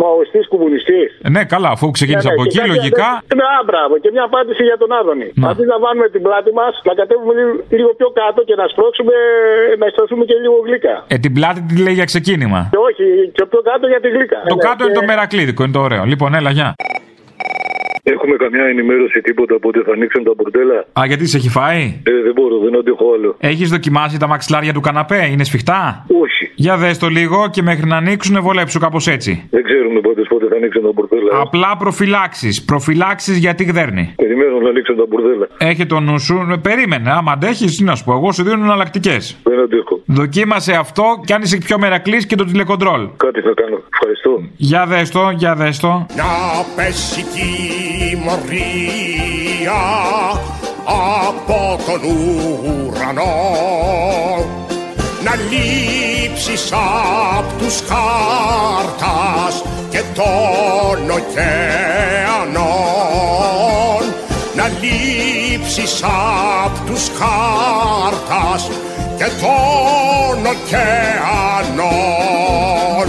Speaker 17: μαοιστή κομμουνιστής.
Speaker 3: Ναι, καλά, αφού ξεκίνησε από εκεί, λογικά.
Speaker 17: Ναι, α, μπράβο. Και μια απάντηση για τον Άδωνη.
Speaker 3: Ναι.
Speaker 17: Αντί να βάλουμε την πλάτη μας, να κατέβουμε λίγο- λίγο πιο κάτω και να σπρώξουμε, να αισθανθούμε και λίγο γλύκα.
Speaker 3: Ε, την πλάτη τη λέει για ξεκίνημα.
Speaker 17: Και όχι, και πιο κάτω για τη γλύκα.
Speaker 3: Το
Speaker 17: Ναι,
Speaker 3: κάτω είναι
Speaker 17: και-
Speaker 3: το μερακλίδικο, είναι το ωραίο. Λοιπόν, έλα, γεια.
Speaker 18: Έχουμε
Speaker 8: έχουμε καμιά ενημέρωση τίποτα από ότι θα ανοίξουν τα μπουρτέλα.
Speaker 3: Α, γιατί σε έχει φάει.
Speaker 8: Ε, δεν μπορώ, δεν αντέχω άλλο.
Speaker 3: Έχεις δοκιμάσει τα μαξιλάρια του καναπέ, είναι σφιχτά.
Speaker 8: Όχι.
Speaker 3: Για δες το λίγο και μέχρι να ανοίξουν βολέψου κάπως έτσι.
Speaker 8: Δεν ξέρουμε πάντω πότε θα ανοίξουν τα μπουρτέλα.
Speaker 3: Απλά προφυλάξεις. Προφυλάξεις γιατί γδέρνει.
Speaker 8: Περιμένω να ανοίξουν τα μπουρδέλα.
Speaker 3: Έχει το νου σου. Ε, Περίμενε. Άμα αντέχεις, τι να σου πω. Εγώ σου δίνω εναλλακτικές.
Speaker 8: Δεν αντέχω.
Speaker 3: Δοκίμασε αυτό κι αν είσαι πιο μερακλής και το τηλεκοντρόλ.
Speaker 8: Κάτι θα κάνω. Ευχαριστώ.
Speaker 3: Για δες το, για δες το.
Speaker 29: Να πέσει τιμωρία από τον ουρανό να λείψεις απ' τους χάρτας και των ωκεανών να λείψεις απ' τους χάρτας και των ωκεανών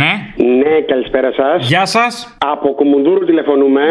Speaker 3: Ναι.
Speaker 2: Ναι, καλησπέρα σας.
Speaker 3: Γεια σας.
Speaker 2: Από Κουμουντούρου τηλεφωνούμε.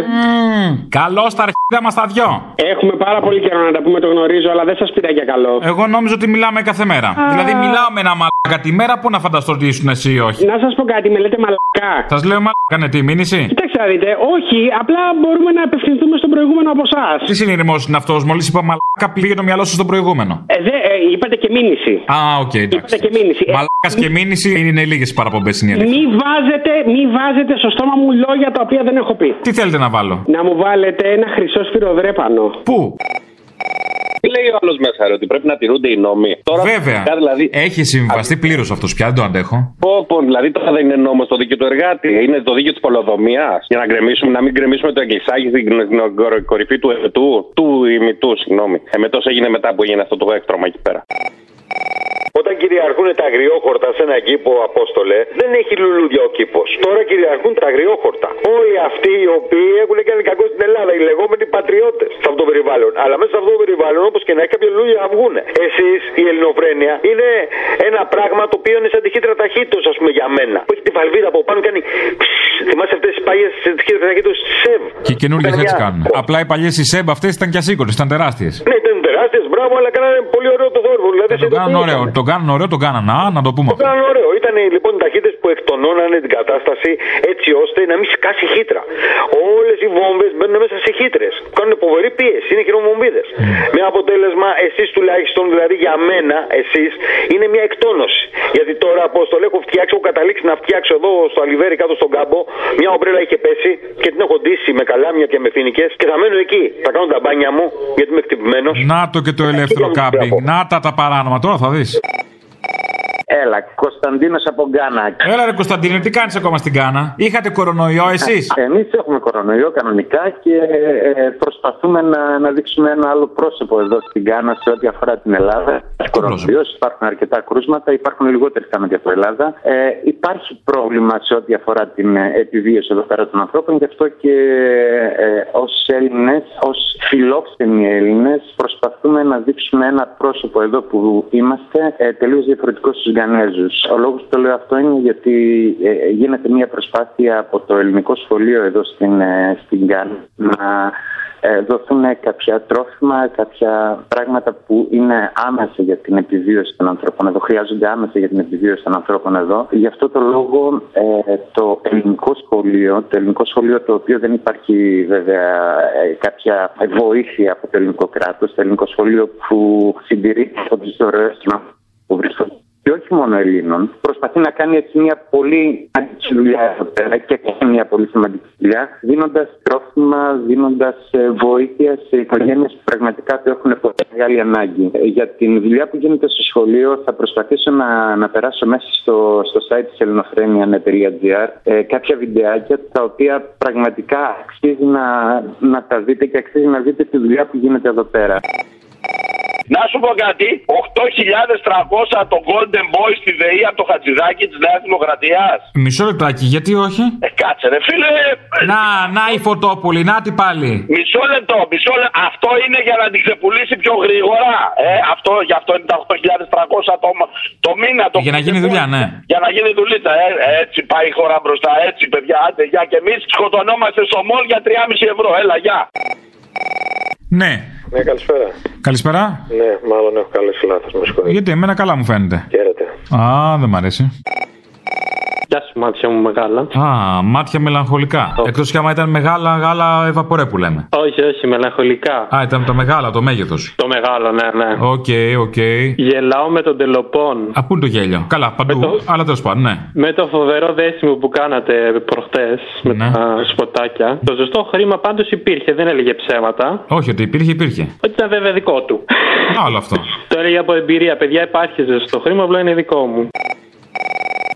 Speaker 3: Καλώς τα αρχίδια μας τα δυο.
Speaker 2: Έχουμε πάρα πολύ καιρό να τα πούμε, το γνωρίζω, αλλά δεν σας πήρα για καλό.
Speaker 3: Εγώ νόμιζα ότι μιλάμε κάθε μέρα. Δηλαδή, μιλάω με ένα μαλάκα τη μέρα που να φανταστώ ότι ήσουν εσύ ή όχι.
Speaker 2: Να σας πω κάτι, με λέτε μαλακά.
Speaker 3: Σας λέω μαλάκα, ναι, τι μήνυση.
Speaker 2: Κοιτάξτε, να δείτε, όχι, απλά μπορούμε να απευθυνθούμε στον προηγούμενο από εσάς.
Speaker 3: Τι συνειδημό είναι αυτός, μόλις είπα μαλάκα, πήγε το μυαλό σου στον προηγούμενο.
Speaker 2: Ε, δε, ε, είπατε και μήνυση.
Speaker 3: Α, οκ, εντάξει.
Speaker 2: Είπατε και μήνυση. Ε,
Speaker 3: Μαλάκας και μήνυση είναι λίγες παραπομπές είναι η αλήθεια.
Speaker 2: μη, βάζετε, μη βάζετε στο στόμα μου λόγια τα οποία δεν έχω πει.
Speaker 3: Τι θέλετε να βάλω.
Speaker 2: Να μου βάλετε ένα χρυσό σφυροδρέπανο.
Speaker 3: Πού?
Speaker 6: Τι λέει ο άλλος μέσα, ρε, ότι πρέπει να τηρούνται οι νόμοι. Τώρα,
Speaker 3: Βέβαια.
Speaker 6: φυσικά, Δηλαδή,
Speaker 3: Έχει συμβιβαστεί πλήρως αυτός πια, δεν το αντέχω.
Speaker 6: πω, πω, δηλαδή τώρα δεν είναι νόμος το δίκαιο του εργάτη, είναι το δίκαιο της πολεοδομίας. Για να γκρεμίσουμε, να μην γκρεμίσουμε το εγκυσάκι στην κνο- κνο- κορυφή του εμετού, του ημιτού, συγγνώμη. Εμετό έγινε μετά που έγινε αυτό το έκτρωμα εκεί πέρα.
Speaker 32: Όταν κυριαρχούν τα αγριόχορτα σε έναν κήπο, Απόστολε, δεν έχει λουλούδια ο κήπος. Τώρα κυριαρχούν τα αγριόχορτα. Όλοι αυτοί οι οποίοι έχουν κάνει κακό στην Ελλάδα, οι λεγόμενοι πατριώτες σε αυτό το περιβάλλον. Αλλά μέσα σε αυτό το περιβάλλον, όπως και να έχει, κάποια λουλούδια θα βγουν. Εσείς, η ελληνοφρένεια, είναι ένα πράγμα το οποίο είναι σαν τη χύτρα ταχύτητος, ας πούμε, για μένα. Που έχει τη βαλβίδα από πάνω κάνει. ψ, Θυμάσαι αυτέ τι παλιέ τη χύτρα ταχύτητο σεβ.
Speaker 3: Και οι καινούργιε
Speaker 32: Ήταν
Speaker 3: έτσι
Speaker 32: μια-
Speaker 3: κάνουν. Απλά οι παλιέ οι ΣΕΜ αυτέ ήταν και ασύγκολε, ήταν τεράστιε.
Speaker 32: Ναι, ήταν τεράστιε, μπράβο, αλλά κάνανε πολύ ωραίο το θόρυβο. Δηλαδή,
Speaker 3: Τον κάνουν
Speaker 27: Ε,
Speaker 3: ωραίο, τον κάνουν ωραίο, τον κάνανε. Α, να το πούμε
Speaker 32: Το
Speaker 3: αυτό.
Speaker 32: κάνανε ωραίο. Ήταν λοιπόν οι ταχύτητες που εκτονώνανε την κατάσταση έτσι ώστε να μην σκάσει η χύτρα. Όλες οι βόμβες μπαίνουν μέσα σε χύτρες. Κάνουν φοβερή πίεση. Είναι χειρομομβίδε.
Speaker 3: Ναι.
Speaker 32: Με αποτέλεσμα, εσείς τουλάχιστον, δηλαδή για μένα, εσείς, είναι μια εκτόνωση. Γιατί τώρα, πώ το λέω, έχω φτιάξει, έχω καταλήξει να φτιάξω εδώ στο αλιβέρι κάτω στον κάμπο. Μια ομπρέλα είχε πέσει και την έχω ντύσει με καλάμια και με φοινικές και θα μένω εκεί. Θα κάνω τα μπάνια μου γιατί είμαι χτυπημένος.
Speaker 3: Να το και το ελεύθερο κάμπινγκ. Να τα τα παράνομα, τώρα θα δεις.
Speaker 32: Έλα, Κωνσταντίνος από Γκάνα.
Speaker 3: Έλα ρε Κωνσταντίνε, τι κάνεις ακόμα στην Κάνα. Είχατε κορονοϊό εσείς.
Speaker 32: Εμείς έχουμε κορονοϊό κανονικά και ε, προσπαθούμε να, να δείξουμε ένα άλλο πρόσωπο εδώ στην Κάνα σε ό,τι αφορά την Ελλάδα. Κορονοϊό, υπάρχουν αρκετά κρούσματα, υπάρχουν λιγότερες κάνοντε από την Ελλάδα. Ε, υπάρχει πρόβλημα σε ό,τι αφορά την ε, επιβίωση εδώ πέρα των ανθρώπων, γι' αυτό και ε, ως Έλληνες, ως φιλόξενοι Έλληνες, προσπαθούμε να δείξουμε ένα πρόσωπο εδώ που είμαστε ε, τελείως διαφορετικό στους Γκανέζου. Ο λόγος που το λέω αυτό είναι γιατί ε, γίνεται μια προσπάθεια από το ελληνικό σχολείο εδώ στην, ε, στην Γκάνα να ε, δοθούν κάποια τρόφιμα, κάποια πράγματα που είναι άμεσα για την επιβίωση των ανθρώπων εδώ, χρειάζονται άμεσα για την επιβίωση των ανθρώπων εδώ. Γι' αυτό το λόγο ε, το ελληνικό σχολείο, το ελληνικό σχολείο το οποίο δεν υπάρχει βέβαια ε, κάποια βοήθεια από το ελληνικό κράτος, το ελληνικό σχολείο που συντηρείται από τις δωρεές των ανθρώπων που βρίσκονται και όχι μόνο Ελλήνων, προσπαθεί να κάνει έτσι μια πολύ σημαντική δουλειά εδώ πέρα και κάνει μια πολύ σημαντική δουλειά, δίνοντας τρόφιμα, δίνοντας ε, βοήθεια σε οικογένειες που πραγματικά το έχουν πολύ μεγάλη ανάγκη. Ε, Για την δουλειά που γίνεται στο σχολείο, θα προσπαθήσω να, να περάσω μέσα στο, στο site της ελληνοφρένια.gr ε, κάποια βιντεάκια τα οποία πραγματικά αξίζει να, να τα δείτε και αξίζει να δείτε τη δουλειά που γίνεται εδώ πέρα.
Speaker 11: Να σου πω κάτι, 8.300 το Golden Boy στη ΔΕΗ από το Χατζηδάκι της Νέας Δημοκρατίας.
Speaker 3: Μισό λεπτάκι, γιατί όχι.
Speaker 11: Ε, κάτσε ρε φίλε,
Speaker 3: Να, να η Φωτόπολη, να τι πάλι.
Speaker 11: μισό λεπτό, μισό λεπτό. Αυτό είναι για να την ξεπουλήσει πιο γρήγορα. Ε, αυτό, γι' αυτό είναι τα 8.300 το, μ- το μήνα. Το
Speaker 3: Ε, Για να γίνει δουλειά, ναι.
Speaker 11: Για να γίνει δουλίτσα, ε. έτσι πάει η χώρα μπροστά, έτσι παιδιά, άντε γεια και εμείς σκοτωνόμαστε στο μόλ για 3,5 ευρώ, έλα γεια.
Speaker 3: Ναι.
Speaker 26: Ναι, καλησπέρα.
Speaker 3: Καλησπέρα.
Speaker 26: Ναι, μάλλον έχω καλέσει λάθος, με συγχωρείτε.
Speaker 3: Γιατί εμένα καλά μου φαίνεται.
Speaker 26: Χαίρετε.
Speaker 3: Α, δεν μ' αρέσει.
Speaker 26: Γεια σου, μάτια μου μεγάλα.
Speaker 3: Α, μάτια μελαγχολικά. Εκτό κι άμα ήταν μεγάλα γάλα ευαπορέ που λέμε.
Speaker 26: Όχι, όχι, μελαγχολικά.
Speaker 3: Α, ήταν το μεγάλα, το μέγεθος.
Speaker 26: Το μεγάλο, ναι, ναι.
Speaker 3: Οκ, οκ.
Speaker 26: Γελάω με τον τελοπών.
Speaker 3: Α, πού είναι το γέλιο. Καλά, παντού. Αλλά τέλος πάντων, ναι.
Speaker 26: Με το φοβερό δέσιμο που κάνατε προχτές με τα σποτάκια. Το ζωστό χρήμα πάντως υπήρχε, δεν έλεγε ψέματα.
Speaker 3: Όχι, ότι υπήρχε, υπήρχε.
Speaker 26: Ότι ήταν βέβαια δικό του.
Speaker 3: Άλλο αυτό.
Speaker 26: Το έλεγε από εμπειρία. Παιδιά, υπάρχει ζωστό χρήμα, απλά είναι δικό μου.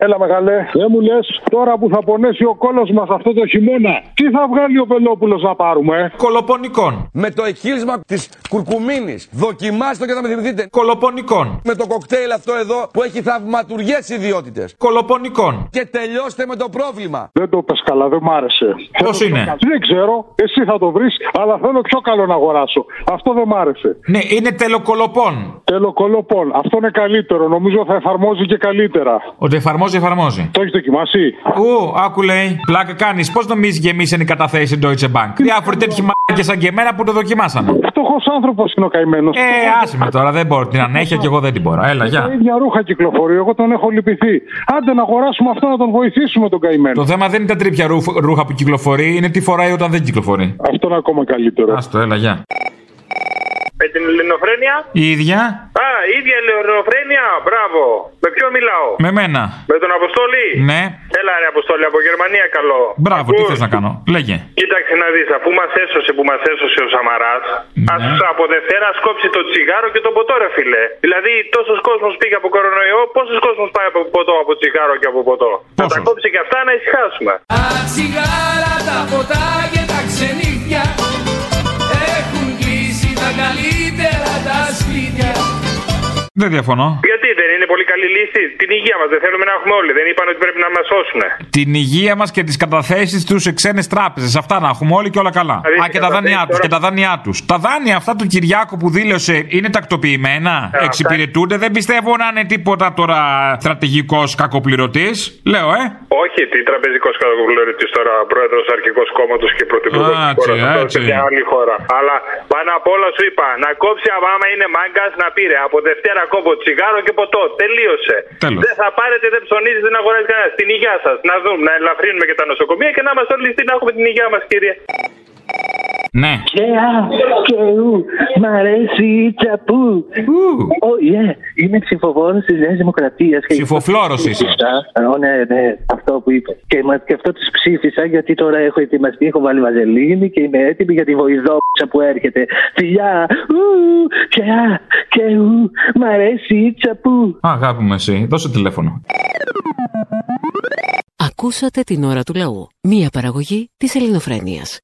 Speaker 8: Έλα μεγάλε, δεν μου λες τώρα που θα πονέσει ο κόλος μας αυτό το χειμώνα, τι θα βγάλει ο Πελόπουλος να πάρουμε. ε?
Speaker 3: Κολοπονικών.
Speaker 24: Με το εκχύλισμα της κουρκουμίνης. Δοκιμάστε και θα με θυμηθείτε.
Speaker 3: Κολοπονικών.
Speaker 24: Με το κοκτέιλ αυτό εδώ που έχει θαυματουργές ιδιότητες.
Speaker 3: Κολοπονικών.
Speaker 24: Και τελειώστε με το πρόβλημα.
Speaker 8: Δεν το πες καλά, δεν μ' άρεσε.
Speaker 3: Πώ είναι.
Speaker 8: Δεν ξέρω, εσύ θα το βρεις, αλλά θέλω πιο καλό να αγοράσω. Αυτό δεν μ' άρεσε.
Speaker 3: Ναι, είναι τελοκολοπών.
Speaker 8: Τελοκολοπών, αυτό είναι καλύτερο, νομίζω θα εφαρμόζει και καλύτερα.
Speaker 3: Ότι εφαρμόζει, εφαρμόζει.
Speaker 8: Το έχεις δοκιμάσει.
Speaker 3: Ου, άκου λέει. Πλάκα κάνεις. Πώς νομίζεις και εμείς είναι η καταθέση Deutsche Bank. Διάφοροι τέτοιοι μάκε σαν και εμένα που το δοκιμάσαμε.
Speaker 8: Φτωχός άνθρωπος είναι ο καημένος.
Speaker 3: Ε, άσε με τώρα, δεν μπορώ. Την ανέχεια και εγώ δεν την μπορώ. Έλα,
Speaker 8: Τα
Speaker 3: γεια.
Speaker 8: ίδια ρούχα κυκλοφορεί. Εγώ τον έχω λυπηθεί. Άντε να αγοράσουμε αυτό να τον βοηθήσουμε τον καημένο.
Speaker 3: Το θέμα δεν είναι τα τρίπια ρούφ- ρούχα που κυκλοφορεί, είναι τι φοράει όταν δεν κυκλοφορεί.
Speaker 8: Αυτό είναι ακόμα καλύτερο.
Speaker 3: Άστο, έλα, γεια.
Speaker 6: Με την ελληνοφρένεια.
Speaker 3: Η ίδια
Speaker 6: Α, η ίδια ελληνοφρένεια. Μπράβο. Με ποιον μιλάω.
Speaker 3: με μένα.
Speaker 6: Με τον Αποστόλη.
Speaker 3: Ναι.
Speaker 6: Έλα ρε Αποστόλη, από Γερμανία καλό.
Speaker 3: Μπράβο, τι
Speaker 6: Ακούς?
Speaker 3: θες να κάνω. Λέγε.
Speaker 6: Κοίταξε να δεις, αφού μας έσωσε που μας έσωσε ο Σαμαράς,
Speaker 3: Ναι.
Speaker 6: ας από Δευτέρα σκόψει το τσιγάρο και το ποτό ρε φίλε. Δηλαδή τόσος κόσμος πήγε από κορονοϊό, πόσος κόσμος πάει από ποτό, από τσιγάρο και από ποτό. Να τα κόψει και αυτά να ησυχάσουμε.
Speaker 33: Τα τσιγάρα, τα ποτά και τα ξενύχια Έχουν κλείσει τα καλύτερα τα σπίτια
Speaker 3: Δεν διαφωνώ.
Speaker 6: Γιατί δεν είναι πολύ καλή λύση, την υγεία μας δεν θέλουμε να έχουμε όλοι, δεν είπαν ότι πρέπει να μας σώσουν.
Speaker 3: Την υγεία μας και τις καταθέσεις τους σε ξένες τράπεζες. Αυτά να έχουμε όλοι και όλα καλά. Α, και τα δάνειά του. Και τα δάνειά τους. Τα δάνεια αυτά του Κυριάκου που δήλωσε είναι τακτοποιημένα.
Speaker 6: αυτά-
Speaker 3: Εξυπηρετούνται. Δεν πιστεύω να είναι τίποτα τώρα στρατηγικός κακοπληρωτής. Λέω, ε.
Speaker 6: Όχι, τι τραπεζικός κατακουκλωρητή τώρα, πρόεδρο αρχικός κόμματος και πρωθυπουργός τη
Speaker 3: Α, έτσι,
Speaker 6: χώρας. Αυτό
Speaker 3: Ε, έτσι.
Speaker 6: σε μια άλλη χώρα. Αλλά πάνω απ' όλα σου είπα, να κόψει άμα είναι μάγκας να πήρε από Δευτέρα κόβω τσιγάρο και ποτό. Τελείωσε.
Speaker 3: Τέλος.
Speaker 6: Δεν θα πάρετε, δεν ψωνίζει, δεν αγοράζει κανένα. Την υγεία σας. Να δούμε, να ελαφρύνουμε και τα νοσοκομεία και να είμαστε όλοι στην να έχουμε την υγεία μας, κύριε.
Speaker 3: Ναι.
Speaker 33: Και α, και ου, μ' αρέσει η τσαπού Ω, yeah, είμαι ψηφοφόρος της Νέας Δημοκρατίας και-
Speaker 3: Ψηφοφλόρος είσαι.
Speaker 33: Ω, ναι, ναι, αυτό που είπες Και, μα- και αυτό τους ψήφισα γιατί τώρα έχω ετοιμαστεί, έχω βάλει βαζελίνη και είμαι έτοιμη για τη βοηδόψα που έρχεται Φιλιά, ου, και α, και ου, μ' αρέσει η τσαπού
Speaker 3: Α, αγάπη μου εσύ. Δώσε τηλέφωνο.
Speaker 1: Ακούσατε την ώρα του λαού. Μία παραγωγή της ελληνοφρένειας.